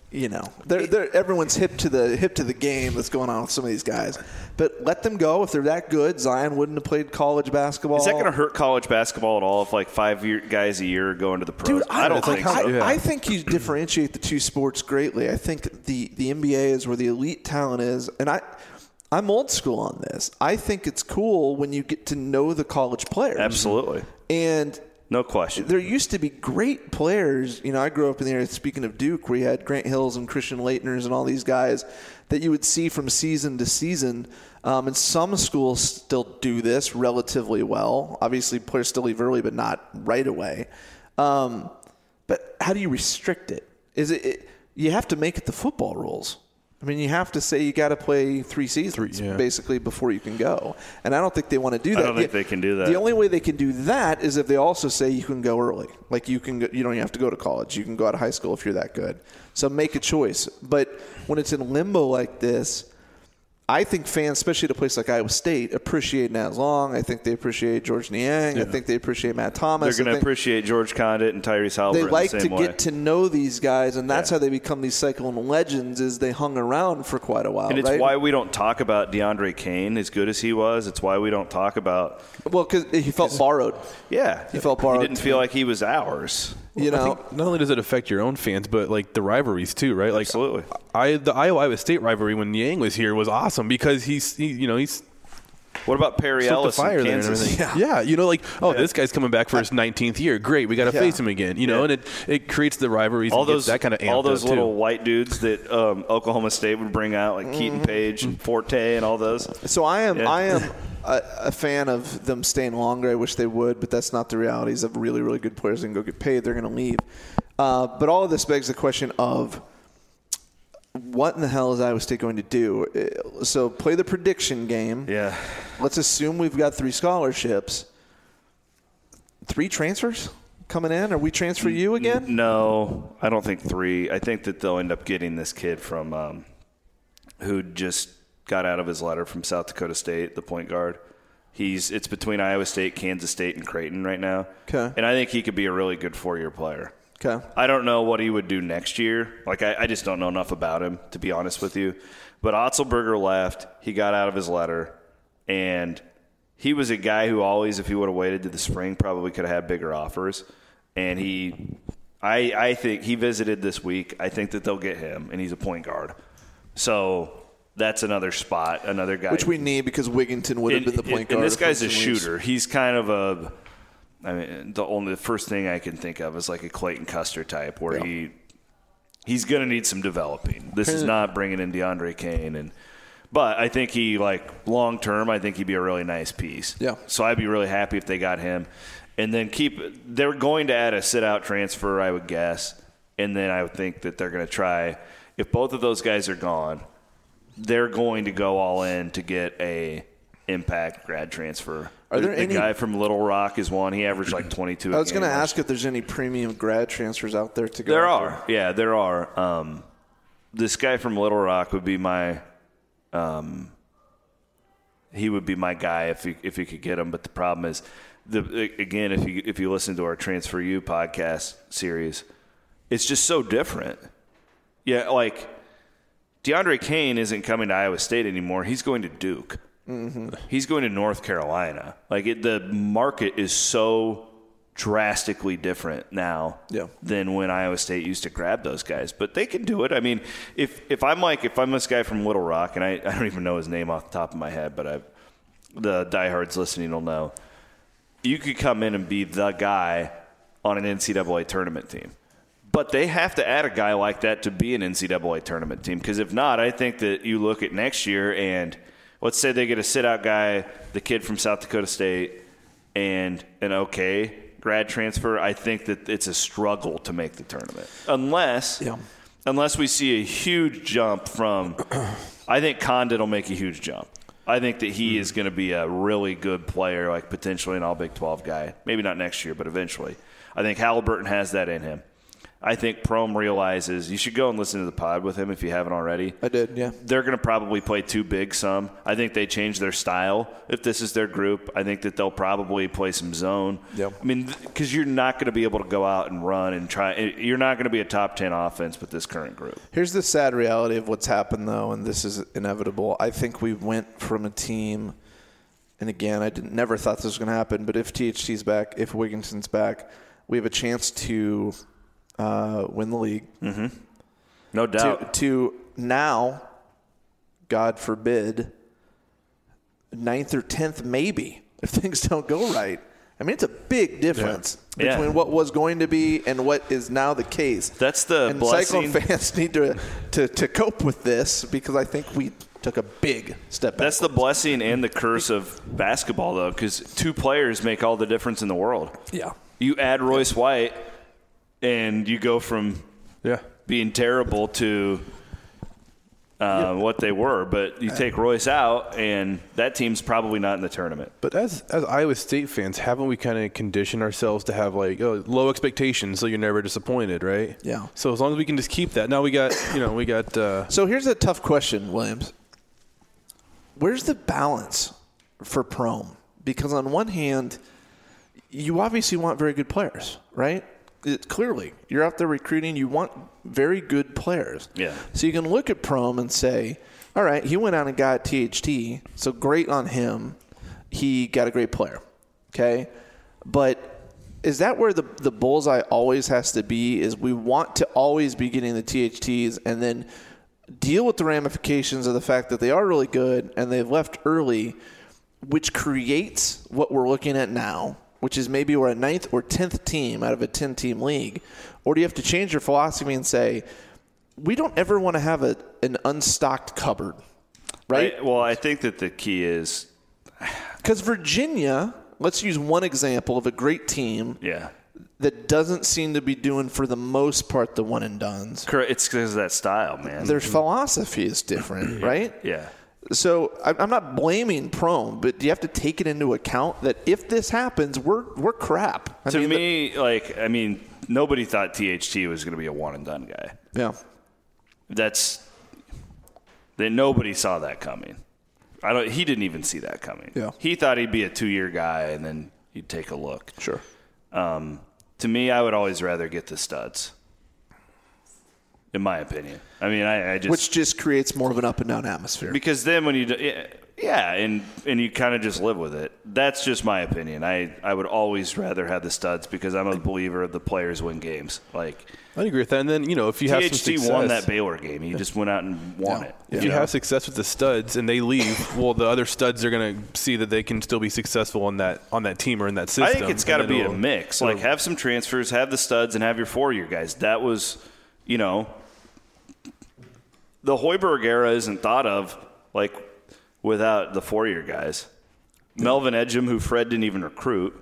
Speaker 7: you know, they're, they're, everyone's hip to the hip to the game that's going on with some of these guys. But let them go if they're that good. Zion wouldn't have played college basketball.
Speaker 6: is that going to hurt college basketball at all if like five year, guys a year go into the pros?
Speaker 7: Dude, I,
Speaker 6: I don't
Speaker 7: I,
Speaker 6: think so.
Speaker 7: I,
Speaker 8: Yeah.
Speaker 7: I think you differentiate the two sports greatly. I think the, the NBA is where the elite talent is, and I I'm old school on this. I think it's cool when you get to know the college players.
Speaker 6: Absolutely,
Speaker 7: And
Speaker 6: no question.
Speaker 7: there used to be great players. You know, I grew up in the area, speaking of Duke, where you had Grant Hills and Christian Leitners and all these guys that you would see from season to season. Um, and some schools still do this relatively well. Obviously, players still leave early, but not right away. Um, but how do you restrict it? Is it, it you have to make it the football rules? I mean, you have to say you got to play three seasons
Speaker 8: yeah.
Speaker 7: basically before you can go. And I don't think they want to do that.
Speaker 6: don't think
Speaker 7: The-
Speaker 6: they can do that.
Speaker 7: The only way they can do that is if they also say you can go early. Like you can, go, you don't even have to go to college. You can go out of high school if you're that good. So make a choice. But when it's in limbo like this, I think fans, especially at a place like Iowa State, appreciate Nat Long. I think they appreciate George Niang. I think they appreciate Matt
Speaker 6: They're
Speaker 7: Thomas.
Speaker 6: going
Speaker 7: I
Speaker 6: to
Speaker 7: think-
Speaker 6: appreciate George Condit and Tyrese Halliburton
Speaker 7: they like
Speaker 6: the
Speaker 7: to
Speaker 6: same way.
Speaker 7: get to know these guys, and that's
Speaker 6: Yeah.
Speaker 7: how they become these cycling legends. Is they hung around for quite a while,
Speaker 6: And it's
Speaker 7: right?
Speaker 6: why we don't talk about DeAndre Kane as good as he was. It's why we don't talk about
Speaker 7: well, because he felt borrowed.
Speaker 6: yeah.
Speaker 7: He felt borrowed.
Speaker 6: He didn't feel like he was ours.
Speaker 7: You know,
Speaker 8: not only does it affect your own fans, but like the rivalries too, right? Like
Speaker 6: Absolutely.
Speaker 8: I the Iowa Iowa State rivalry when Yang was here was awesome because he's he, you know he's
Speaker 6: What about Perry
Speaker 8: stoked the
Speaker 6: Ellis
Speaker 8: fire
Speaker 6: in
Speaker 8: there and
Speaker 6: Kansas?
Speaker 8: everything. Yeah. you know, like oh, this guy's coming back for his 19th year. Great, we got to
Speaker 7: Yeah.
Speaker 8: face him again. You know, and it it creates the rivalries.
Speaker 6: All
Speaker 8: and gets
Speaker 6: those
Speaker 8: that kind of
Speaker 6: all those little white dudes that um, Oklahoma State would bring out, like Keaton Page and Forte and all those.
Speaker 7: So I am
Speaker 6: Yeah.
Speaker 7: I am a, a fan of them staying longer. I wish they would, but that's not the realities of really really good players. They can go get paid. They're going to leave. Uh, but all of this begs the question of what in the hell is Iowa State going to do? Uh, So play the prediction game.
Speaker 6: Yeah.
Speaker 7: Let's assume we've got three scholarships. three transfers coming in? Or we transfer
Speaker 6: Mm,
Speaker 7: you again?
Speaker 6: No, I don't think three. I think that they'll end up getting this kid from um, who just got out of his letter from South Dakota State, the point guard. He's it's between Iowa State, Kansas State, and Creighton right now.
Speaker 7: 'Kay.
Speaker 6: and I think he could be a really good four-year player.
Speaker 7: Okay.
Speaker 6: I don't know what he would do next year. Like, I, I just don't know enough about him, to be honest with you. But Otzelberger left. He got out of his letter. And he was a guy who always, if he would have waited to the spring, probably could have had bigger offers. And he, I, I think he visited this week. I think that they'll get him, and he's a point guard. So that's another spot, another guy.
Speaker 7: Which we need because Wigginton would have
Speaker 6: And-
Speaker 7: been the point
Speaker 6: and-
Speaker 7: guard.
Speaker 6: And this
Speaker 7: if
Speaker 6: guy's a
Speaker 7: Winston leaves.
Speaker 6: shooter. He's kind of a. I mean, the only the first thing I can think of is like a Clayton Custer type, where he he's going to need some developing. This is not bringing in DeAndre Kane, and but I think he like long term, I think he'd be a really nice piece.
Speaker 7: Yeah.
Speaker 6: So I'd be really happy if they got him, and then keep. They're going to add a sit out transfer, I would guess, and then I would think that they're going to try. If both of those guys are gone, they're going to go all in to get a impact grad transfer.
Speaker 7: Are there
Speaker 6: the
Speaker 7: any-
Speaker 6: guy from Little Rock is one. He averaged like twenty two.
Speaker 7: I was going to ask if there's any premium grad transfers out there to go.
Speaker 6: There
Speaker 7: after.
Speaker 6: are, yeah, there are. Um, this guy from Little Rock would be my, um, he would be my guy if you if you could get him. But the problem is, the again, if you if you listen to our Transfer You podcast series, it's just so different. Yeah, like DeAndre Kane isn't coming to Iowa State anymore. He's going to Duke. He's going to North Carolina. Like it, the market is so drastically different now
Speaker 7: Yeah.
Speaker 6: than when Iowa State used to grab those guys. But they can do it. I mean, if if I'm like if I'm this guy from Little Rock and I, I don't even know his name off the top of my head, but I the diehards listening will know. You could come in and be the guy on an NCAA tournament team. But they have to add a guy like that to be an NCAA tournament team. Because if not, I think that you look at next year and let's say they get a sit out guy, the kid from South Dakota State, and an okay grad transfer. I think that it's a struggle to make the tournament. Unless.
Speaker 7: Yeah.
Speaker 6: Unless we see a huge jump from, I think Condit will make a huge jump. I think that he is going to be a really good player, like potentially an All Big 12 guy. Maybe not next year, but eventually. I think Halliburton has that in him. I think Prom realizes you should go and listen to the pod with him if you haven't already.
Speaker 7: I did, yeah.
Speaker 6: They're going to probably play too big some. I think they change their style if this is their group. I think that they'll probably play some zone.
Speaker 7: Yeah.
Speaker 6: I mean, because you're not going to be able to go out and run and try. eh, You're not going to be a top 10 offense with this current group.
Speaker 7: Here's the sad reality of what's happened, though, and this is inevitable. I think we went from a team, and again, I didn't, never thought this was going to happen, but if THT's back, if Wigginson's back, we have a chance to uh, win the league.
Speaker 6: No doubt.
Speaker 7: To, to now, God forbid, ninth or tenth, maybe, if things don't go right. I mean, it's a big difference
Speaker 6: Yeah.
Speaker 7: between what was going to be and what is now the case.
Speaker 6: That's the
Speaker 7: and
Speaker 6: blessing.
Speaker 7: Cyclone fans need to, to to cope with this because I think we took a big step back.
Speaker 6: That's the blessing and the curse of basketball, though, because two players make all the difference in the world.
Speaker 7: yeah.
Speaker 6: You add Royce White, and you go from
Speaker 8: Yeah.
Speaker 6: being terrible to uh, what they were. But you take Royce out, and that team's probably not in the tournament.
Speaker 8: But as as Iowa State fans, haven't we kind of conditioned ourselves to have like oh, low expectations, so you're never disappointed, right?
Speaker 7: Yeah.
Speaker 8: So as long as we can just keep that, now we got you know we got uh,
Speaker 7: So here's a tough question, Williams. Where's the balance for Prom? Because on one hand, you obviously want very good players, right? It, clearly, you're out there recruiting. You want very good players.
Speaker 6: Yeah.
Speaker 7: So you can look at Prom and say, all right, he went out and got THT, so great on him. He got a great player. Okay. But is that where the, the bullseye always has to be? Is we want to always be getting the THTs and then deal with the ramifications of the fact that they are really good and they've left early, which creates what we're looking at now, which is maybe we're a ninth or tenth team out of a 10 team league? Or do you have to change your philosophy and say, we don't ever want to have a, an unstocked cupboard, right?
Speaker 6: I- well, I think that the key is,
Speaker 7: Because Virginia, let's use one example of a great team
Speaker 6: yeah,
Speaker 7: that doesn't seem to be doing, for the most part, the one and dones.
Speaker 6: cor- it's because of that style, man.
Speaker 7: Their philosophy is different, right?
Speaker 6: yeah.
Speaker 7: So I- I'm not blaming Prone, but you have to take it into account that if this happens, we're we're crap. I
Speaker 6: to
Speaker 7: mean,
Speaker 6: me, like, I mean, nobody thought THT was going to be a one and done guy.
Speaker 7: the- yeah,
Speaker 6: That's that nobody saw that coming. I don't. He didn't even see that coming.
Speaker 7: Yeah.
Speaker 6: He thought he'd be a two-year guy, and then he'd take a look.
Speaker 7: sure.
Speaker 6: Um, to me, I would always rather get the studs. In my opinion, I mean, I, I just
Speaker 7: Which just creates more of an up and down atmosphere.
Speaker 6: because then when you do, yeah, yeah and and you kind of just live with it that's just my opinion i i would always rather have the studs because i'm a believer the players win games like
Speaker 8: I agree with that. And then you know, if you have some
Speaker 6: tht
Speaker 8: success,
Speaker 6: won that baylor game he just went out and won it
Speaker 8: if you have success with the studs and they leave, well, the other studs are going to see that they can still be successful on that on that team or in that system.
Speaker 6: I think it's got to
Speaker 8: and then
Speaker 6: be a
Speaker 8: it'll-
Speaker 6: mix. Like have some transfers, have the studs, and have your four-year guys. That was, you know, the Hoiberg era isn't thought of like without the four-year guys. Melvin Edgem, who Fred didn't even recruit,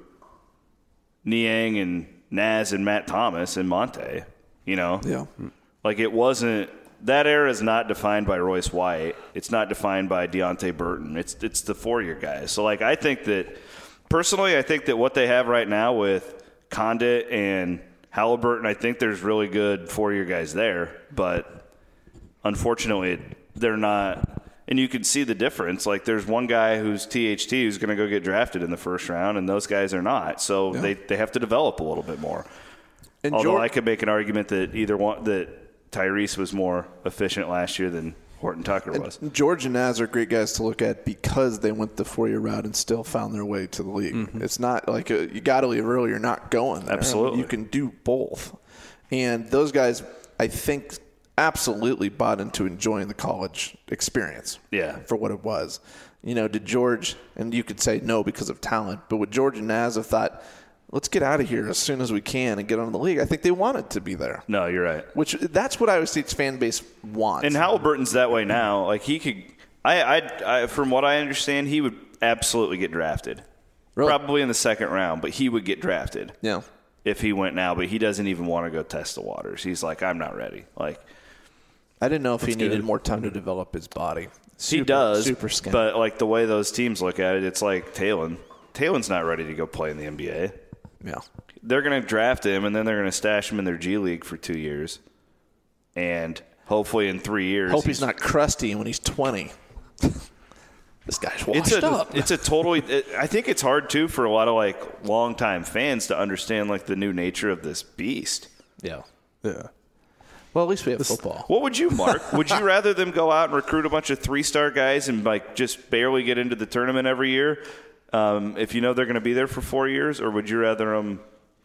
Speaker 6: Niang and Naz and Matt Thomas and Monte. You know,
Speaker 7: Yeah,
Speaker 6: like it wasn't that era is not defined by Royce White. It's not defined by Deontay Burton. It's it's the four year guys. So like I think that personally, I think that what they have right now with Condit and Halliburton, I think there's really good four year guys there, but unfortunately they're not. And you can see the difference. Like there's one guy who's THT who's going to go get drafted in the first round, and those guys are not. So they they have to develop a little bit more.
Speaker 7: and
Speaker 6: Although
Speaker 7: Jor-
Speaker 6: I could make an argument that either one that Tyrese was more efficient last year than Horton Tucker was.
Speaker 7: George and Naz are great guys to look at because they went the four-year route and still found their way to the league. It's not like a, you got to leave early. You're not going there.
Speaker 6: Mm-hmm. Absolutely.
Speaker 7: you can do both. And those guys, I think, absolutely bought into enjoying the college experience.
Speaker 6: Yeah.
Speaker 7: for what it was. You know, did George and you could say no because of talent, but would George and Naz have thought, let's get out of here as soon as we can and get on the league? I think they wanted to be there.
Speaker 6: No, you're right.
Speaker 7: Which that's what Iowa State's fan base wants.
Speaker 6: And Halliburton's that way now. Like he could, I, I, I, from what I understand, he would absolutely get drafted,
Speaker 7: Really?
Speaker 6: probably in the second round. But he would get drafted
Speaker 7: yeah.
Speaker 6: if he went now. But he doesn't even want to go test the waters. He's like, I'm not ready. Like
Speaker 7: I didn't know if he needed more time to develop his body.
Speaker 6: he does,
Speaker 7: Super skinny.
Speaker 6: but like the way those teams look at it, it's like Talon. Talon's not ready to go play in the NBA.
Speaker 7: yeah.
Speaker 6: they're going to draft him and then they're going to stash him in their G League for two years, and hopefully in three years.
Speaker 7: Hope he's not crusty when he's 20. this guy's washed
Speaker 6: It's a
Speaker 7: up.
Speaker 6: it's a totally. It, I think it's hard too for a lot of like longtime fans to understand like the new nature of this beast.
Speaker 7: yeah.
Speaker 8: Yeah.
Speaker 7: Well, at least we have football.
Speaker 6: What would you, Mark? would you rather them go out and recruit a bunch of three star guys and like just barely get into the tournament every year, um, if you know they're going to be there for four years, or would you rather them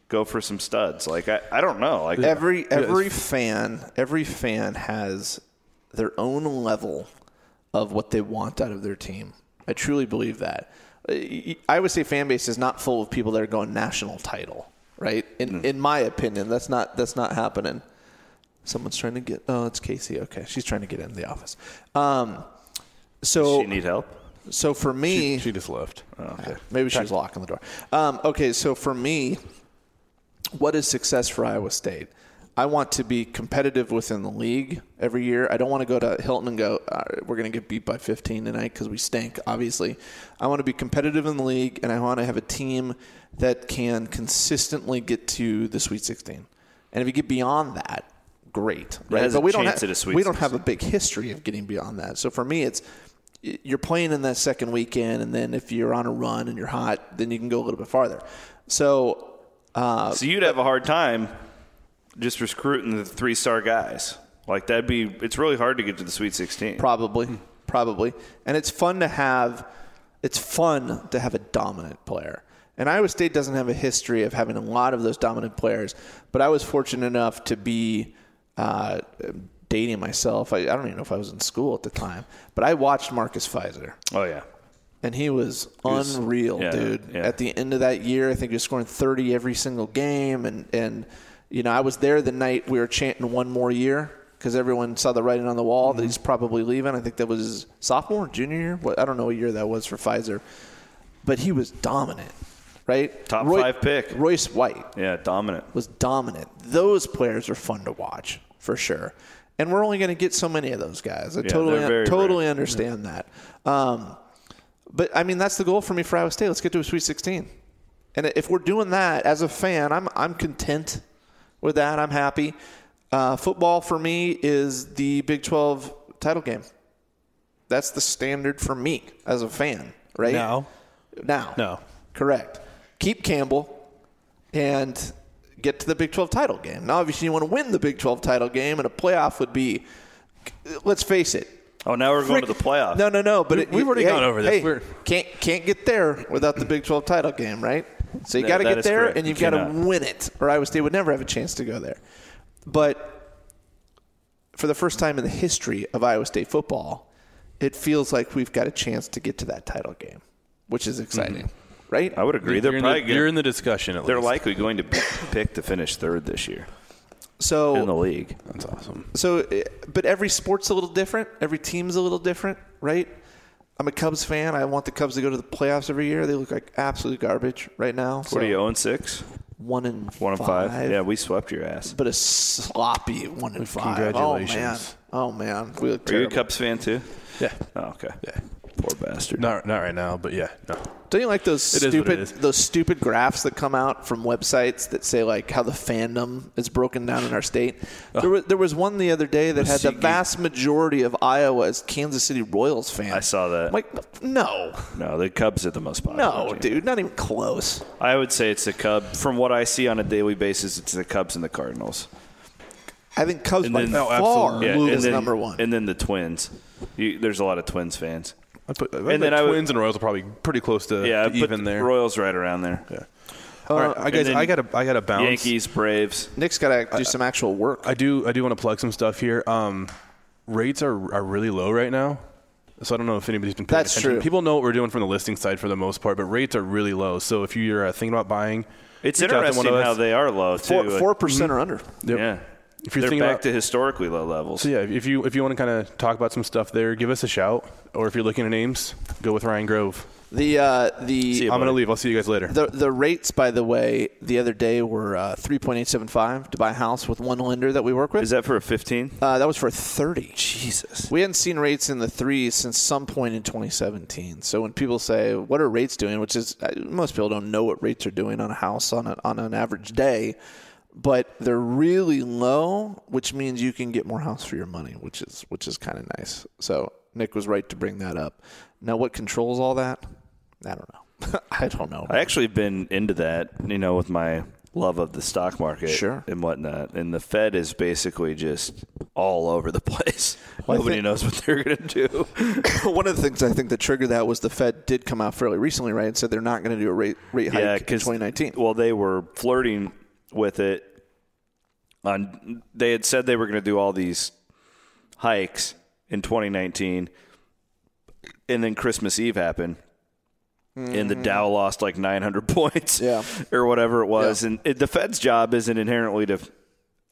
Speaker 6: go for some studs? Like I, I don't know. Like
Speaker 7: Every every fan, every fan has their own level of what they want out of their team. I truly believe that. I I would say fan base is not full of people that are going national title, right? In
Speaker 8: Mm.
Speaker 7: in my opinion, that's not that's not happening. Someone's trying to get. Oh, it's Casey. Okay, she's trying to get into the office. Um, so
Speaker 6: Does she need help?
Speaker 7: so for me,
Speaker 8: She just left. Oh,
Speaker 7: Maybe she was locking the door. Um, okay, so for me, what is success for Iowa State? I want to be competitive within the league every year. I don't want to go to Hilton and go, All right, we're going to get beat by 15 tonight because we stink, obviously. I want to be competitive in the league, and I want to have a team that can consistently get to the Sweet 16. And if you get beyond that, great. Right?
Speaker 6: has a
Speaker 7: But we don't,
Speaker 6: chance
Speaker 7: have,
Speaker 6: at a Sweet
Speaker 7: we don't have
Speaker 6: 16.
Speaker 7: a big history of getting beyond that. So for me, it's you're playing in that second weekend, and then if you're on a run and you're hot, then you can go a little bit farther. So
Speaker 6: So you'd have a hard time just recruiting the three star guys. Like that'd be it's really hard to get to the Sweet Sixteen.
Speaker 7: probably, probably, and it's fun to have. It's fun to have a dominant player. And Iowa State doesn't have a history of having a lot of those dominant players, but I was fortunate enough to be uh, dating myself. I, I don't even know if I was in school at the time, but I watched Marcus Pfizer.
Speaker 6: oh yeah.
Speaker 7: and he was
Speaker 6: was-
Speaker 7: unreal,
Speaker 6: yeah,
Speaker 7: dude.
Speaker 6: yeah.
Speaker 7: At the end of that year, I think he was scoring 30 every single game, and and you know I was there the night we were chanting one more year because everyone saw the writing on the wall
Speaker 6: Mm-hmm.
Speaker 7: that he's probably leaving. I think that was his sophomore, junior year. What I don't know what year that was for Pfizer, but he was dominant, right?
Speaker 6: Top five pick.
Speaker 7: Royce White
Speaker 6: Yeah, dominant.
Speaker 7: was dominant. Those players are fun to watch for sure. and we're only going to get so many of those guys. I
Speaker 6: Yeah,
Speaker 7: totally,
Speaker 6: they're very
Speaker 7: totally
Speaker 6: rare.
Speaker 7: understand that. Um, but I mean, that's the goal for me for Iowa State. Let's get to a Sweet 16. And if we're doing that as a fan, I'm I'm content with that. I'm happy. Uh, football for me is the Big 12 title game. That's the standard for me as a fan, right?
Speaker 8: Now?
Speaker 7: Now.
Speaker 8: No.
Speaker 7: Correct. Keep Campbell and get to the Big 12 title game. Now, obviously, you want to win the Big 12 title game, and a playoff would be, let's face it.
Speaker 6: Oh, now we're going to the playoff.
Speaker 7: No, no, no. But
Speaker 8: We-
Speaker 7: it,
Speaker 8: we've already
Speaker 7: hey,
Speaker 8: gone over this.
Speaker 7: hey,
Speaker 8: We're-
Speaker 7: can't can't get there without the Big 12 title game, right? So you
Speaker 6: That-
Speaker 7: got to
Speaker 6: that
Speaker 7: get
Speaker 6: is
Speaker 7: there,
Speaker 6: correct.
Speaker 7: and
Speaker 6: You
Speaker 7: you've got to
Speaker 6: cannot.
Speaker 7: win it, or Iowa State would never have a chance to go there. But for the first time in the history of Iowa State football, it feels like we've got a chance to get to that title game, which is exciting, right?
Speaker 6: Mm-hmm. I would agree. They're
Speaker 8: you're,
Speaker 6: probably
Speaker 8: in the,
Speaker 6: gonna-
Speaker 8: you're in the discussion. At
Speaker 6: They're
Speaker 8: least.
Speaker 6: likely going to be pick to finish third this year
Speaker 7: so
Speaker 6: in the league.
Speaker 8: that's awesome.
Speaker 7: So, uh, but every sport's a little different. Every team's a little different, right? I'm a Cubs fan. I want the Cubs to go to the playoffs every year. They look like absolute garbage right now. So
Speaker 6: What are you, 0 and 6?
Speaker 7: One and
Speaker 6: 1 and 5? Yeah, we swept your ass.
Speaker 7: but a sloppy one and five.
Speaker 8: Congratulations.
Speaker 7: Oh man, oh man, we look
Speaker 6: Are you a
Speaker 7: terrible.
Speaker 6: Cubs fan too?
Speaker 8: Yeah.
Speaker 6: Oh, okay.
Speaker 8: Yeah.
Speaker 6: Poor bastard.
Speaker 8: Not not right now, but yeah. No.
Speaker 7: Don't you like those
Speaker 8: It is what it
Speaker 7: stupid
Speaker 8: is.
Speaker 7: those stupid graphs that come out from websites that say like how the fandom is broken down in our state? There was there was one the other day that had the
Speaker 8: SeaGeek.
Speaker 7: vast majority of Iowa as Kansas City Royals fans.
Speaker 6: I saw that.
Speaker 7: I'm like no.
Speaker 6: No, the Cubs are the most popular.
Speaker 7: No,
Speaker 6: team.
Speaker 7: dude, not even close.
Speaker 6: I would say it's the Cubs. From what I see on a daily basis, it's the Cubs and the Cardinals.
Speaker 7: I think Cubs
Speaker 6: And
Speaker 7: by
Speaker 6: then- No,
Speaker 7: far
Speaker 8: absolutely. Yeah,
Speaker 6: and
Speaker 7: is
Speaker 6: then-
Speaker 7: number one.
Speaker 6: And then the Twins. You, there's a lot of Twins fans.
Speaker 8: I put, I
Speaker 6: then
Speaker 8: think
Speaker 6: I would-
Speaker 8: Twins and Royals are probably pretty close to,
Speaker 6: Yeah,
Speaker 8: to
Speaker 6: I put
Speaker 8: even
Speaker 6: the
Speaker 8: there.
Speaker 6: Royals right around there.
Speaker 8: All right, I guys,
Speaker 6: then
Speaker 8: I gotta I gotta bounce.
Speaker 6: Yankees, Braves.
Speaker 7: Nick's got to do some actual work.
Speaker 8: I do I do want to plug some stuff here. Um, rates are are really low right now. So I don't know if anybody's been paying
Speaker 7: That's
Speaker 8: attention.
Speaker 7: true.
Speaker 8: People know what we're doing from the listing side for the most part, but rates are really low. So if you're uh, thinking about buying,
Speaker 6: It's
Speaker 8: reach out to one
Speaker 6: interesting
Speaker 8: of us.
Speaker 6: how they are low too.
Speaker 7: Four
Speaker 6: Like,
Speaker 7: four percent or under.
Speaker 8: Yep.
Speaker 6: Yeah.
Speaker 8: If you're
Speaker 6: They're
Speaker 8: thinking
Speaker 6: back
Speaker 8: about-
Speaker 6: to historically low levels.
Speaker 8: So yeah, if you if you want to kind of talk about some stuff there, give us a shout. Or if you're looking at names, go with Ryan Grove.
Speaker 7: The uh, the
Speaker 6: ya,
Speaker 8: I'm gonna
Speaker 6: buddy.
Speaker 8: leave. I'll see you guys later.
Speaker 7: the the rates, by the way, the other day were uh, three point eight seven five to buy a house with one lender that we work with.
Speaker 6: Is that for a 15?
Speaker 7: uh, that was for thirty.
Speaker 6: Jesus.
Speaker 7: We hadn't seen rates in the threes since some point in 2017. So when people say, "What are rates doing?" which is uh, most people don't know what rates are doing on a house on a, on an average day, but they're really low, which means you can get more house for your money, which is which is kind of nice. So Nick was right to bring that up. Now, what controls all that? I don't know. I don't know.
Speaker 6: I actually have been into that, you know, with my love of the stock market
Speaker 7: Sure.
Speaker 6: and whatnot. And the Fed is basically just all over the place.
Speaker 7: Well, I
Speaker 6: Nobody
Speaker 7: think-
Speaker 6: knows what they're going to do.
Speaker 7: One of the things I think that triggered that was the Fed did come out fairly recently, right, and said they're not going to do a rate rate hike in
Speaker 6: 'cause-
Speaker 7: 2019.
Speaker 6: Well, they were flirting with it. On they had said they were going to do all these hikes in 2019, and then Christmas Eve happened, and the Dow lost like 900 points,
Speaker 7: Mm-hmm. Yeah.
Speaker 6: or whatever it was. And it, the Fed's job isn't inherently to f-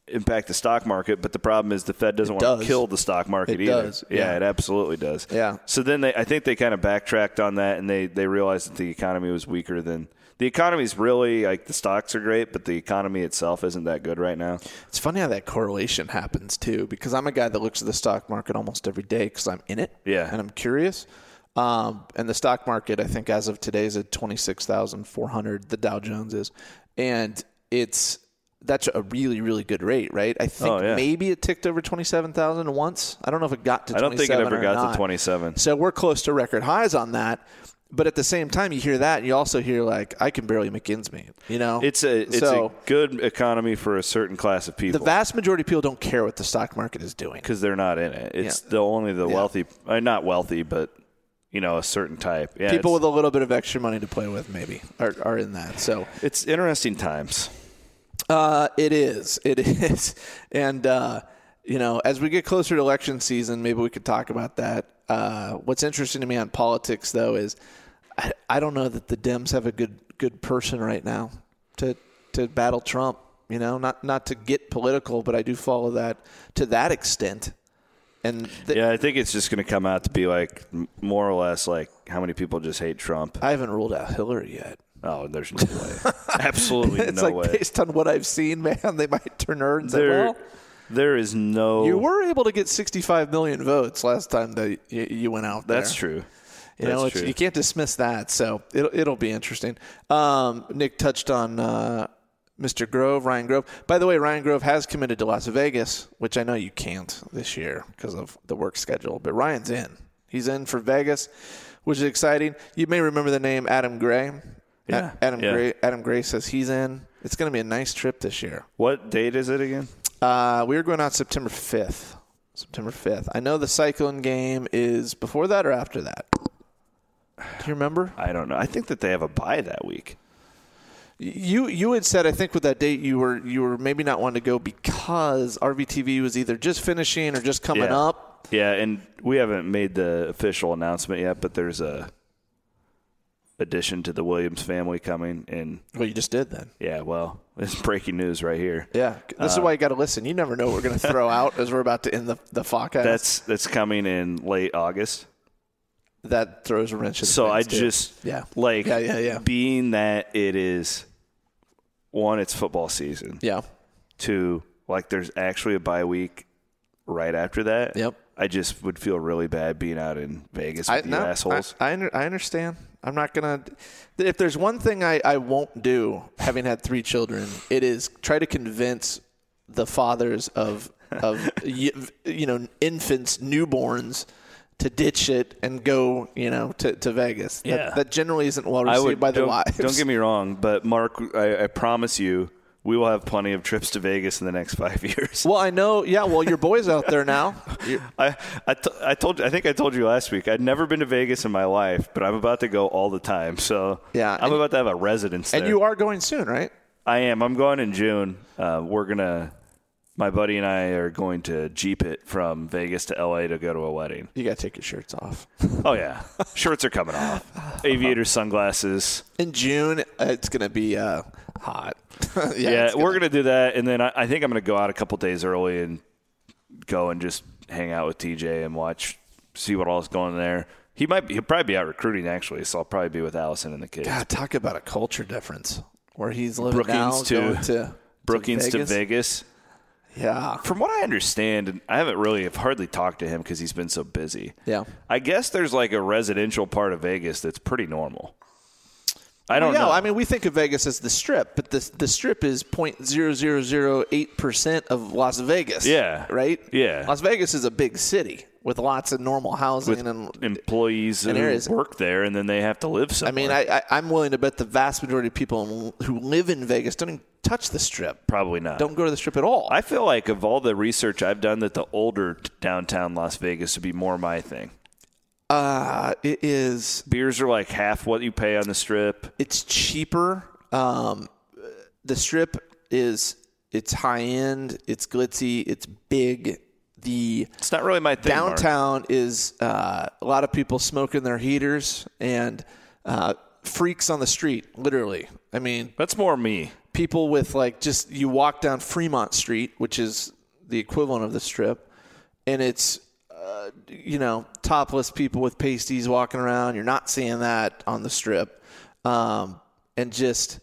Speaker 6: impact the stock market, but the problem is the Fed doesn't want
Speaker 7: does.
Speaker 6: to kill the stock market
Speaker 7: It
Speaker 6: either.
Speaker 7: does,
Speaker 6: Yeah,
Speaker 7: yeah.
Speaker 6: it absolutely does.
Speaker 7: Yeah.
Speaker 6: So then they, I think they kind of backtracked on that, and they they realized that the economy was weaker than the economy's really like the stocks are great, but the economy itself isn't that good right now.
Speaker 7: It's funny how that correlation happens too, because I'm a guy that looks at the stock market almost every day because I'm in it.
Speaker 6: Yeah.
Speaker 7: And I'm curious. Um, and the stock market, I think as of today, is at 26,400, the Dow Jones is. And it's, that's a really, really good rate, right? I think
Speaker 6: Oh, yeah.
Speaker 7: maybe it ticked over 27,000 once. I don't know if it got to
Speaker 6: I don't think it
Speaker 7: 27
Speaker 6: ever
Speaker 7: or
Speaker 6: got to
Speaker 7: not.
Speaker 6: 27.
Speaker 7: So we're close to record highs on that. But at the same time, you hear that, and you also hear, like, I can barely make ends meet, you know?
Speaker 6: It's a it's
Speaker 7: so,
Speaker 6: a good economy for a certain class of
Speaker 7: the
Speaker 6: people
Speaker 7: vast majority of people don't care what the stock market is doing.
Speaker 6: because they're not in it. It's
Speaker 7: Yeah.
Speaker 6: the only the wealthy, uh, not wealthy, but you know a certain type. Yeah,
Speaker 7: people with
Speaker 6: it's,
Speaker 7: a little bit of extra money to play with maybe are, are in that so
Speaker 6: it's interesting times.
Speaker 7: uh, it is it is and uh, you know as we get closer to election season maybe we could talk about that uh, what's interesting to me on politics though is I, I don't know that the dems have a good good person right now to to battle trump you know not not to get political but i do follow that to that extent and th-
Speaker 6: Yeah, I think it's just going to come out to be like m- more or less like how many people just hate Trump.
Speaker 7: i haven't ruled out hillary yet
Speaker 6: Oh, there's no way. Absolutely
Speaker 7: it's
Speaker 6: no
Speaker 7: like
Speaker 6: way.
Speaker 7: based on what I've seen, man, they might turn her and say,
Speaker 6: They're
Speaker 7: "Well,
Speaker 6: There is no.
Speaker 7: You were able to get 65 million votes last time that you, you went out there.
Speaker 6: That's true.
Speaker 7: You
Speaker 6: That's
Speaker 7: know, it's,
Speaker 6: true.
Speaker 7: you can't dismiss that. So it'll, it'll be interesting. Um, Nick touched on uh, Mr. Grove, Ryan Grove. By the way, Ryan Grove has committed to Las Vegas, which I know you can't this year because of the work schedule. But Ryan's in. He's in for Vegas, which is exciting. You may remember the name Adam Gray. A-
Speaker 6: Yeah.
Speaker 7: Adam
Speaker 6: Yeah.
Speaker 7: Gray. Adam Gray says he's in. It's going to be a nice trip this year.
Speaker 6: What date is it again?
Speaker 7: Uh, we are going out September 5th. September 5th. I know the Cyclone game is before that or after that. Do you remember?
Speaker 6: I don't know. I think that they have a bye that week.
Speaker 7: You you had said I think with that date you were you were maybe not wanting to go because RVTV was either just finishing or just coming
Speaker 6: Yeah.
Speaker 7: up.
Speaker 6: Yeah, and we haven't made the official announcement yet, but there's a addition to the Williams family coming, and
Speaker 7: Well, you just did then.
Speaker 6: yeah, Uh, well, it's breaking news right here.
Speaker 7: Yeah, this is why you got to listen. You never know what we're going to throw out as we're about to end the the podcast.
Speaker 6: That's that's coming in late August.
Speaker 7: that throws a wrench. in the
Speaker 6: So I
Speaker 7: plans, too.
Speaker 6: just
Speaker 7: Yeah.
Speaker 6: like
Speaker 7: Yeah, yeah, yeah.
Speaker 6: being that it is one, it's football season.
Speaker 7: yeah
Speaker 6: Two, like there's actually a bye week right after that.
Speaker 7: Yep.
Speaker 6: I just would feel really bad being out in Vegas
Speaker 7: I
Speaker 6: with you
Speaker 7: no,
Speaker 6: assholes.
Speaker 7: I, I, under- I understand. I'm not gonna. If there's one thing I, I won't do, having had three children, it is try to convince the fathers of of y- you know infants, newborns, to ditch it and go you know to, to Vegas. That-
Speaker 6: Yeah.
Speaker 7: That, generally isn't well
Speaker 6: I
Speaker 7: received by the
Speaker 6: don't,
Speaker 7: wives.
Speaker 6: Don't get me wrong, but Mark, I, I promise you, we will have plenty of trips to Vegas in the next five years.
Speaker 7: Well, I know. Yeah. Well, your boy's out there now.
Speaker 6: I, I, t- I told you, I think I told you last week, I'd never been to Vegas in my life, but I'm about to go all the time. So
Speaker 7: Yeah,
Speaker 6: I'm
Speaker 7: and-
Speaker 6: about to have a residence
Speaker 7: and
Speaker 6: there.
Speaker 7: you are going soon, right?
Speaker 6: I am. I'm going in June. Uh, we're gonna. My buddy and I are going to jeep it from Vegas to LA to go to a wedding.
Speaker 7: You gotta take your shirts off.
Speaker 6: Oh yeah, shirts are coming off. Aviator sunglasses.
Speaker 7: In June, uh, it's gonna be uh, hot. yeah,
Speaker 6: Yeah,
Speaker 7: it's
Speaker 6: we're gonna do that, and then I, I think I'm gonna go out a couple days early and go and just hang out with TJ and watch, see what all's going there. He might, be, he'll probably be out recruiting actually, so I'll probably be with Allison and the kids.
Speaker 7: God, talk about a culture difference where he's living now,
Speaker 6: Brookings to-
Speaker 7: going to
Speaker 6: Brookings
Speaker 7: to Vegas.
Speaker 6: to Vegas.
Speaker 7: Yeah,
Speaker 6: From what I understand, and I haven't really have hardly talked to him because he's been so busy.
Speaker 7: yeah.
Speaker 6: I guess there's like a residential part of Vegas that's pretty normal. I don't
Speaker 7: yeah,
Speaker 6: know.
Speaker 7: I mean, we think of Vegas as the Strip, but the the Strip is point zero zero zero eight percent of Las Vegas.
Speaker 6: Yeah.
Speaker 7: right.
Speaker 6: Yeah.
Speaker 7: Las Vegas is a big city with lots of normal housing
Speaker 6: with
Speaker 7: and.
Speaker 6: employees who
Speaker 7: and areas-
Speaker 6: work there and then they have to live
Speaker 7: I
Speaker 6: somewhere.
Speaker 7: mean, I, I I'm willing to bet the vast majority of people who live in Vegas don't even touch the Strip.
Speaker 6: probably not.
Speaker 7: Don't go to the Strip at all.
Speaker 6: I feel like of all the research I've done, that the older t- downtown Las Vegas would be more my thing.
Speaker 7: uh, it is
Speaker 6: Beers are like half what you pay on the strip.
Speaker 7: it's cheaper. Um, the strip is it's high end, it's glitzy, it's big. The
Speaker 6: It's not really my thing. Mark.
Speaker 7: downtown is uh, a lot of people smoking their heaters and uh, freaks on the street, literally. I mean,
Speaker 6: That's more me.
Speaker 7: people with like just you walk down Fremont Street, which is the equivalent of the strip, and it's uh, you know topless people with pasties walking around. You're not seeing that on the strip, um, and just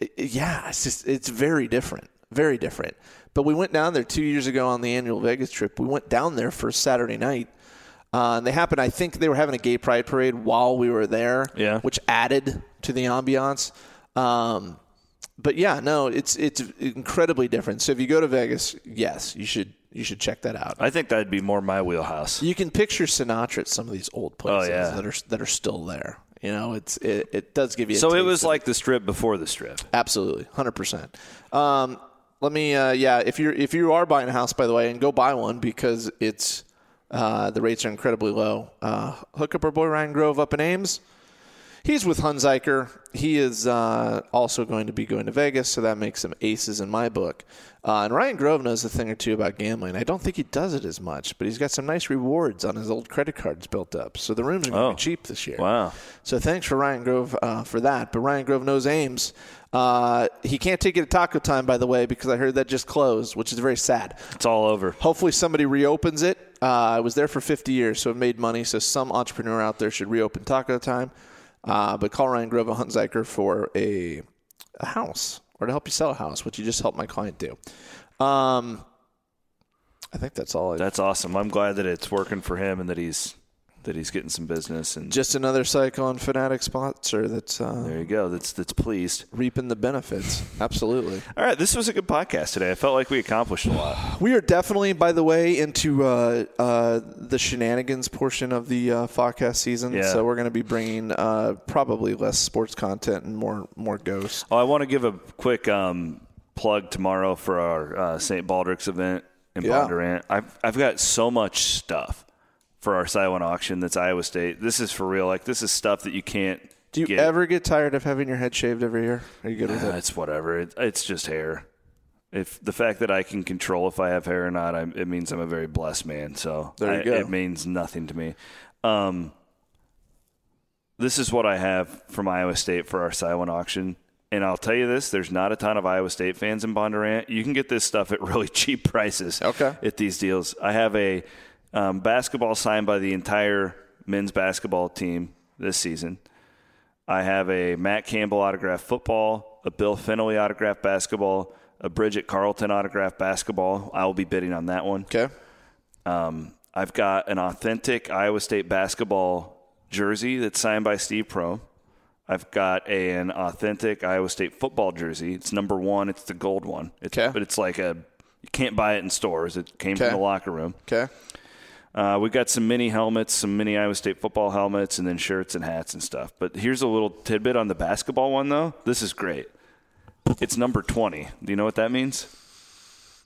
Speaker 7: i- i- yeah, it's just it's very different, very different. But we went down there two years ago on the annual Vegas trip. We went down there for Saturday night. Uh, and they happened. I think they were having a gay pride parade while we were there,
Speaker 6: Yeah.
Speaker 7: which added to the ambiance. Um, but yeah, no, it's it's incredibly different. So if you go to Vegas, yes, you should you should check that out.
Speaker 6: I think that'd be more my wheelhouse.
Speaker 7: You can picture Sinatra at some of these old places
Speaker 6: Oh, yeah.
Speaker 7: that are that are still there. You know, it's it, it does give you. A
Speaker 6: So it
Speaker 7: taste
Speaker 6: was
Speaker 7: of-
Speaker 6: like the strip before the strip.
Speaker 7: absolutely hundred percent. Um, let me, uh, yeah, if you're if you are buying a house, by the way, and go buy one because it's uh, the rates are incredibly low. Uh, hook up our boy Ryan Grove up in Ames. He's with Hunziker. He is uh, also going to be going to Vegas, so that makes him aces in my book. Uh, and Ryan Grove knows a thing or two about gambling. I don't think he does it as much, but he's got some nice rewards on his old credit cards built up. So the rooms are going to
Speaker 6: Oh.
Speaker 7: be cheap this year.
Speaker 6: Wow.
Speaker 7: So thanks for Ryan Grove uh, for that. But Ryan Grove knows Ames. Uh, he can't take it at Taco Time, by the way, because I heard that just closed, which is very sad.
Speaker 6: It's all over.
Speaker 7: Hopefully, somebody reopens it. Uh, I was there for 50 years, so I've made money. So some entrepreneur out there should reopen Taco Time. Uh, but call Ryan Grove and Hunt Zeiker for a, a house or to help you sell a house, which you just helped my client do. Um, I think that's all. I,
Speaker 6: That's awesome. I'm glad that it's working for him and that he's that he's getting some business. And
Speaker 7: just another Cyclone Fanatic sponsor that's uh,
Speaker 6: there you go. That's that's pleased.
Speaker 7: reaping the benefits. Absolutely.
Speaker 6: All right, this was a good podcast today. I felt like we accomplished a lot.
Speaker 7: We are definitely, by the way, into uh, uh, the shenanigans portion of the uh, podcast season.
Speaker 6: Yeah.
Speaker 7: So we're going to be bringing uh, probably less sports content and more more ghosts.
Speaker 6: Oh, I want to give a quick um, plug tomorrow for our uh, St. Baldrick's event in
Speaker 7: Yeah.
Speaker 6: Bondurant. I've I've got so much stuff for our silent auction. That's Iowa State. This is for real. Like this is stuff that you can't.
Speaker 7: Do you
Speaker 6: get.
Speaker 7: ever get tired of having your head shaved every year? Are you good with
Speaker 6: Uh,
Speaker 7: it?
Speaker 6: it's whatever. It, it's just hair. If the fact that I can control if I have hair or not, I, it means I'm a very blessed man. So
Speaker 7: There you
Speaker 6: I-
Speaker 7: go.
Speaker 6: it means nothing to me. Um, this is what I have from Iowa State for our silent auction. And I'll tell you this: there's not a ton of Iowa State fans in Bondurant. You can get this stuff at really cheap prices.
Speaker 7: Okay.
Speaker 6: At these deals, I have a um, basketball signed by the entire men's basketball team this season. I have a Matt Campbell autograph football, a Bill Finley autograph basketball, a Bridget Carlton autograph basketball. I will be bidding on that one.
Speaker 7: Okay.
Speaker 6: Um, I've got an authentic Iowa State basketball jersey that's signed by Steve Pro. I've got an authentic Iowa State football jersey. It's number one. It's the gold one. It's,
Speaker 7: Okay.
Speaker 6: But it's like a you can't buy it in stores. It came
Speaker 7: Okay.
Speaker 6: from the locker room.
Speaker 7: Okay.
Speaker 6: Uh, we've got some mini helmets, some mini Iowa State football helmets, and then shirts and hats and stuff. But here's a little tidbit on the basketball one, though. This is great. It's number 20. Do you know what that means?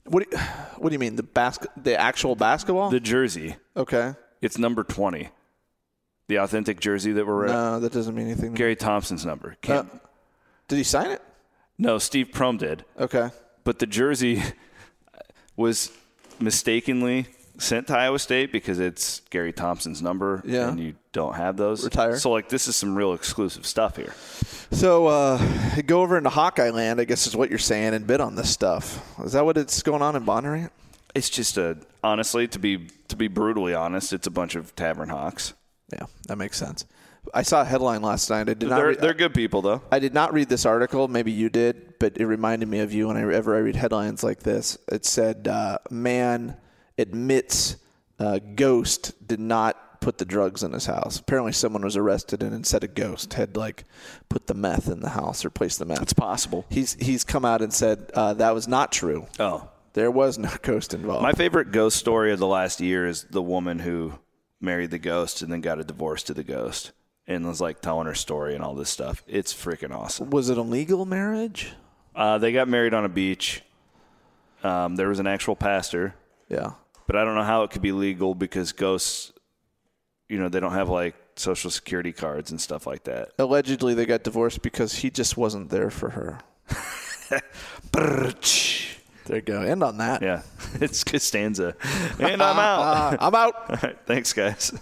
Speaker 7: What do you, what do you mean the basket the actual basketball?
Speaker 6: The jersey.
Speaker 7: okay.
Speaker 6: It's number 20. The authentic jersey that we're at.
Speaker 7: No, that doesn't mean anything. to me.
Speaker 6: Gary Thompson's number. Can't,
Speaker 7: Uh, did he sign it?
Speaker 6: no, Steve Prum did.
Speaker 7: Okay.
Speaker 6: But the jersey was mistakenly sent to Iowa State because it's Gary Thompson's number
Speaker 7: Yeah.
Speaker 6: and you don't have those.
Speaker 7: Retire.
Speaker 6: So, like, this is some real exclusive stuff here.
Speaker 7: So uh, go over into Hawkeye land, I guess is what you're saying, and bid on this stuff. Is that what it's going on in Bondurant?
Speaker 6: It's just a honestly to be to be brutally honest, it's a bunch of tavern hawks.
Speaker 7: Yeah, that makes sense. I saw a headline last night. I did not.
Speaker 6: They're
Speaker 7: read-
Speaker 6: they're good people though.
Speaker 7: I did not read this article. Maybe you did, but it reminded me of you whenever I read headlines like this. It said, uh, "Man admits uh, ghost did not put the drugs in his house." Apparently, someone was arrested and instead a ghost had like put the meth in the house or placed the meth. It's
Speaker 6: possible.
Speaker 7: He's he's come out and said uh, that was not true.
Speaker 6: Oh.
Speaker 7: There was no ghost involved.
Speaker 6: My favorite ghost story of the last year is the woman who married the ghost and then got a divorce to the ghost and was like telling her story and all this stuff. It's freaking awesome.
Speaker 7: was it a legal marriage?
Speaker 6: Uh, they got married on a beach. Um, there was an actual pastor,
Speaker 7: Yeah.
Speaker 6: but I don't know how it could be legal because ghosts, you know, they don't have like social security cards and stuff like that.
Speaker 7: Allegedly, they got divorced because he just wasn't there for her. There you go. End on that.
Speaker 6: Yeah, it's Costanza. And I'm out.
Speaker 7: Uh, I'm out.
Speaker 6: All right, thanks, guys.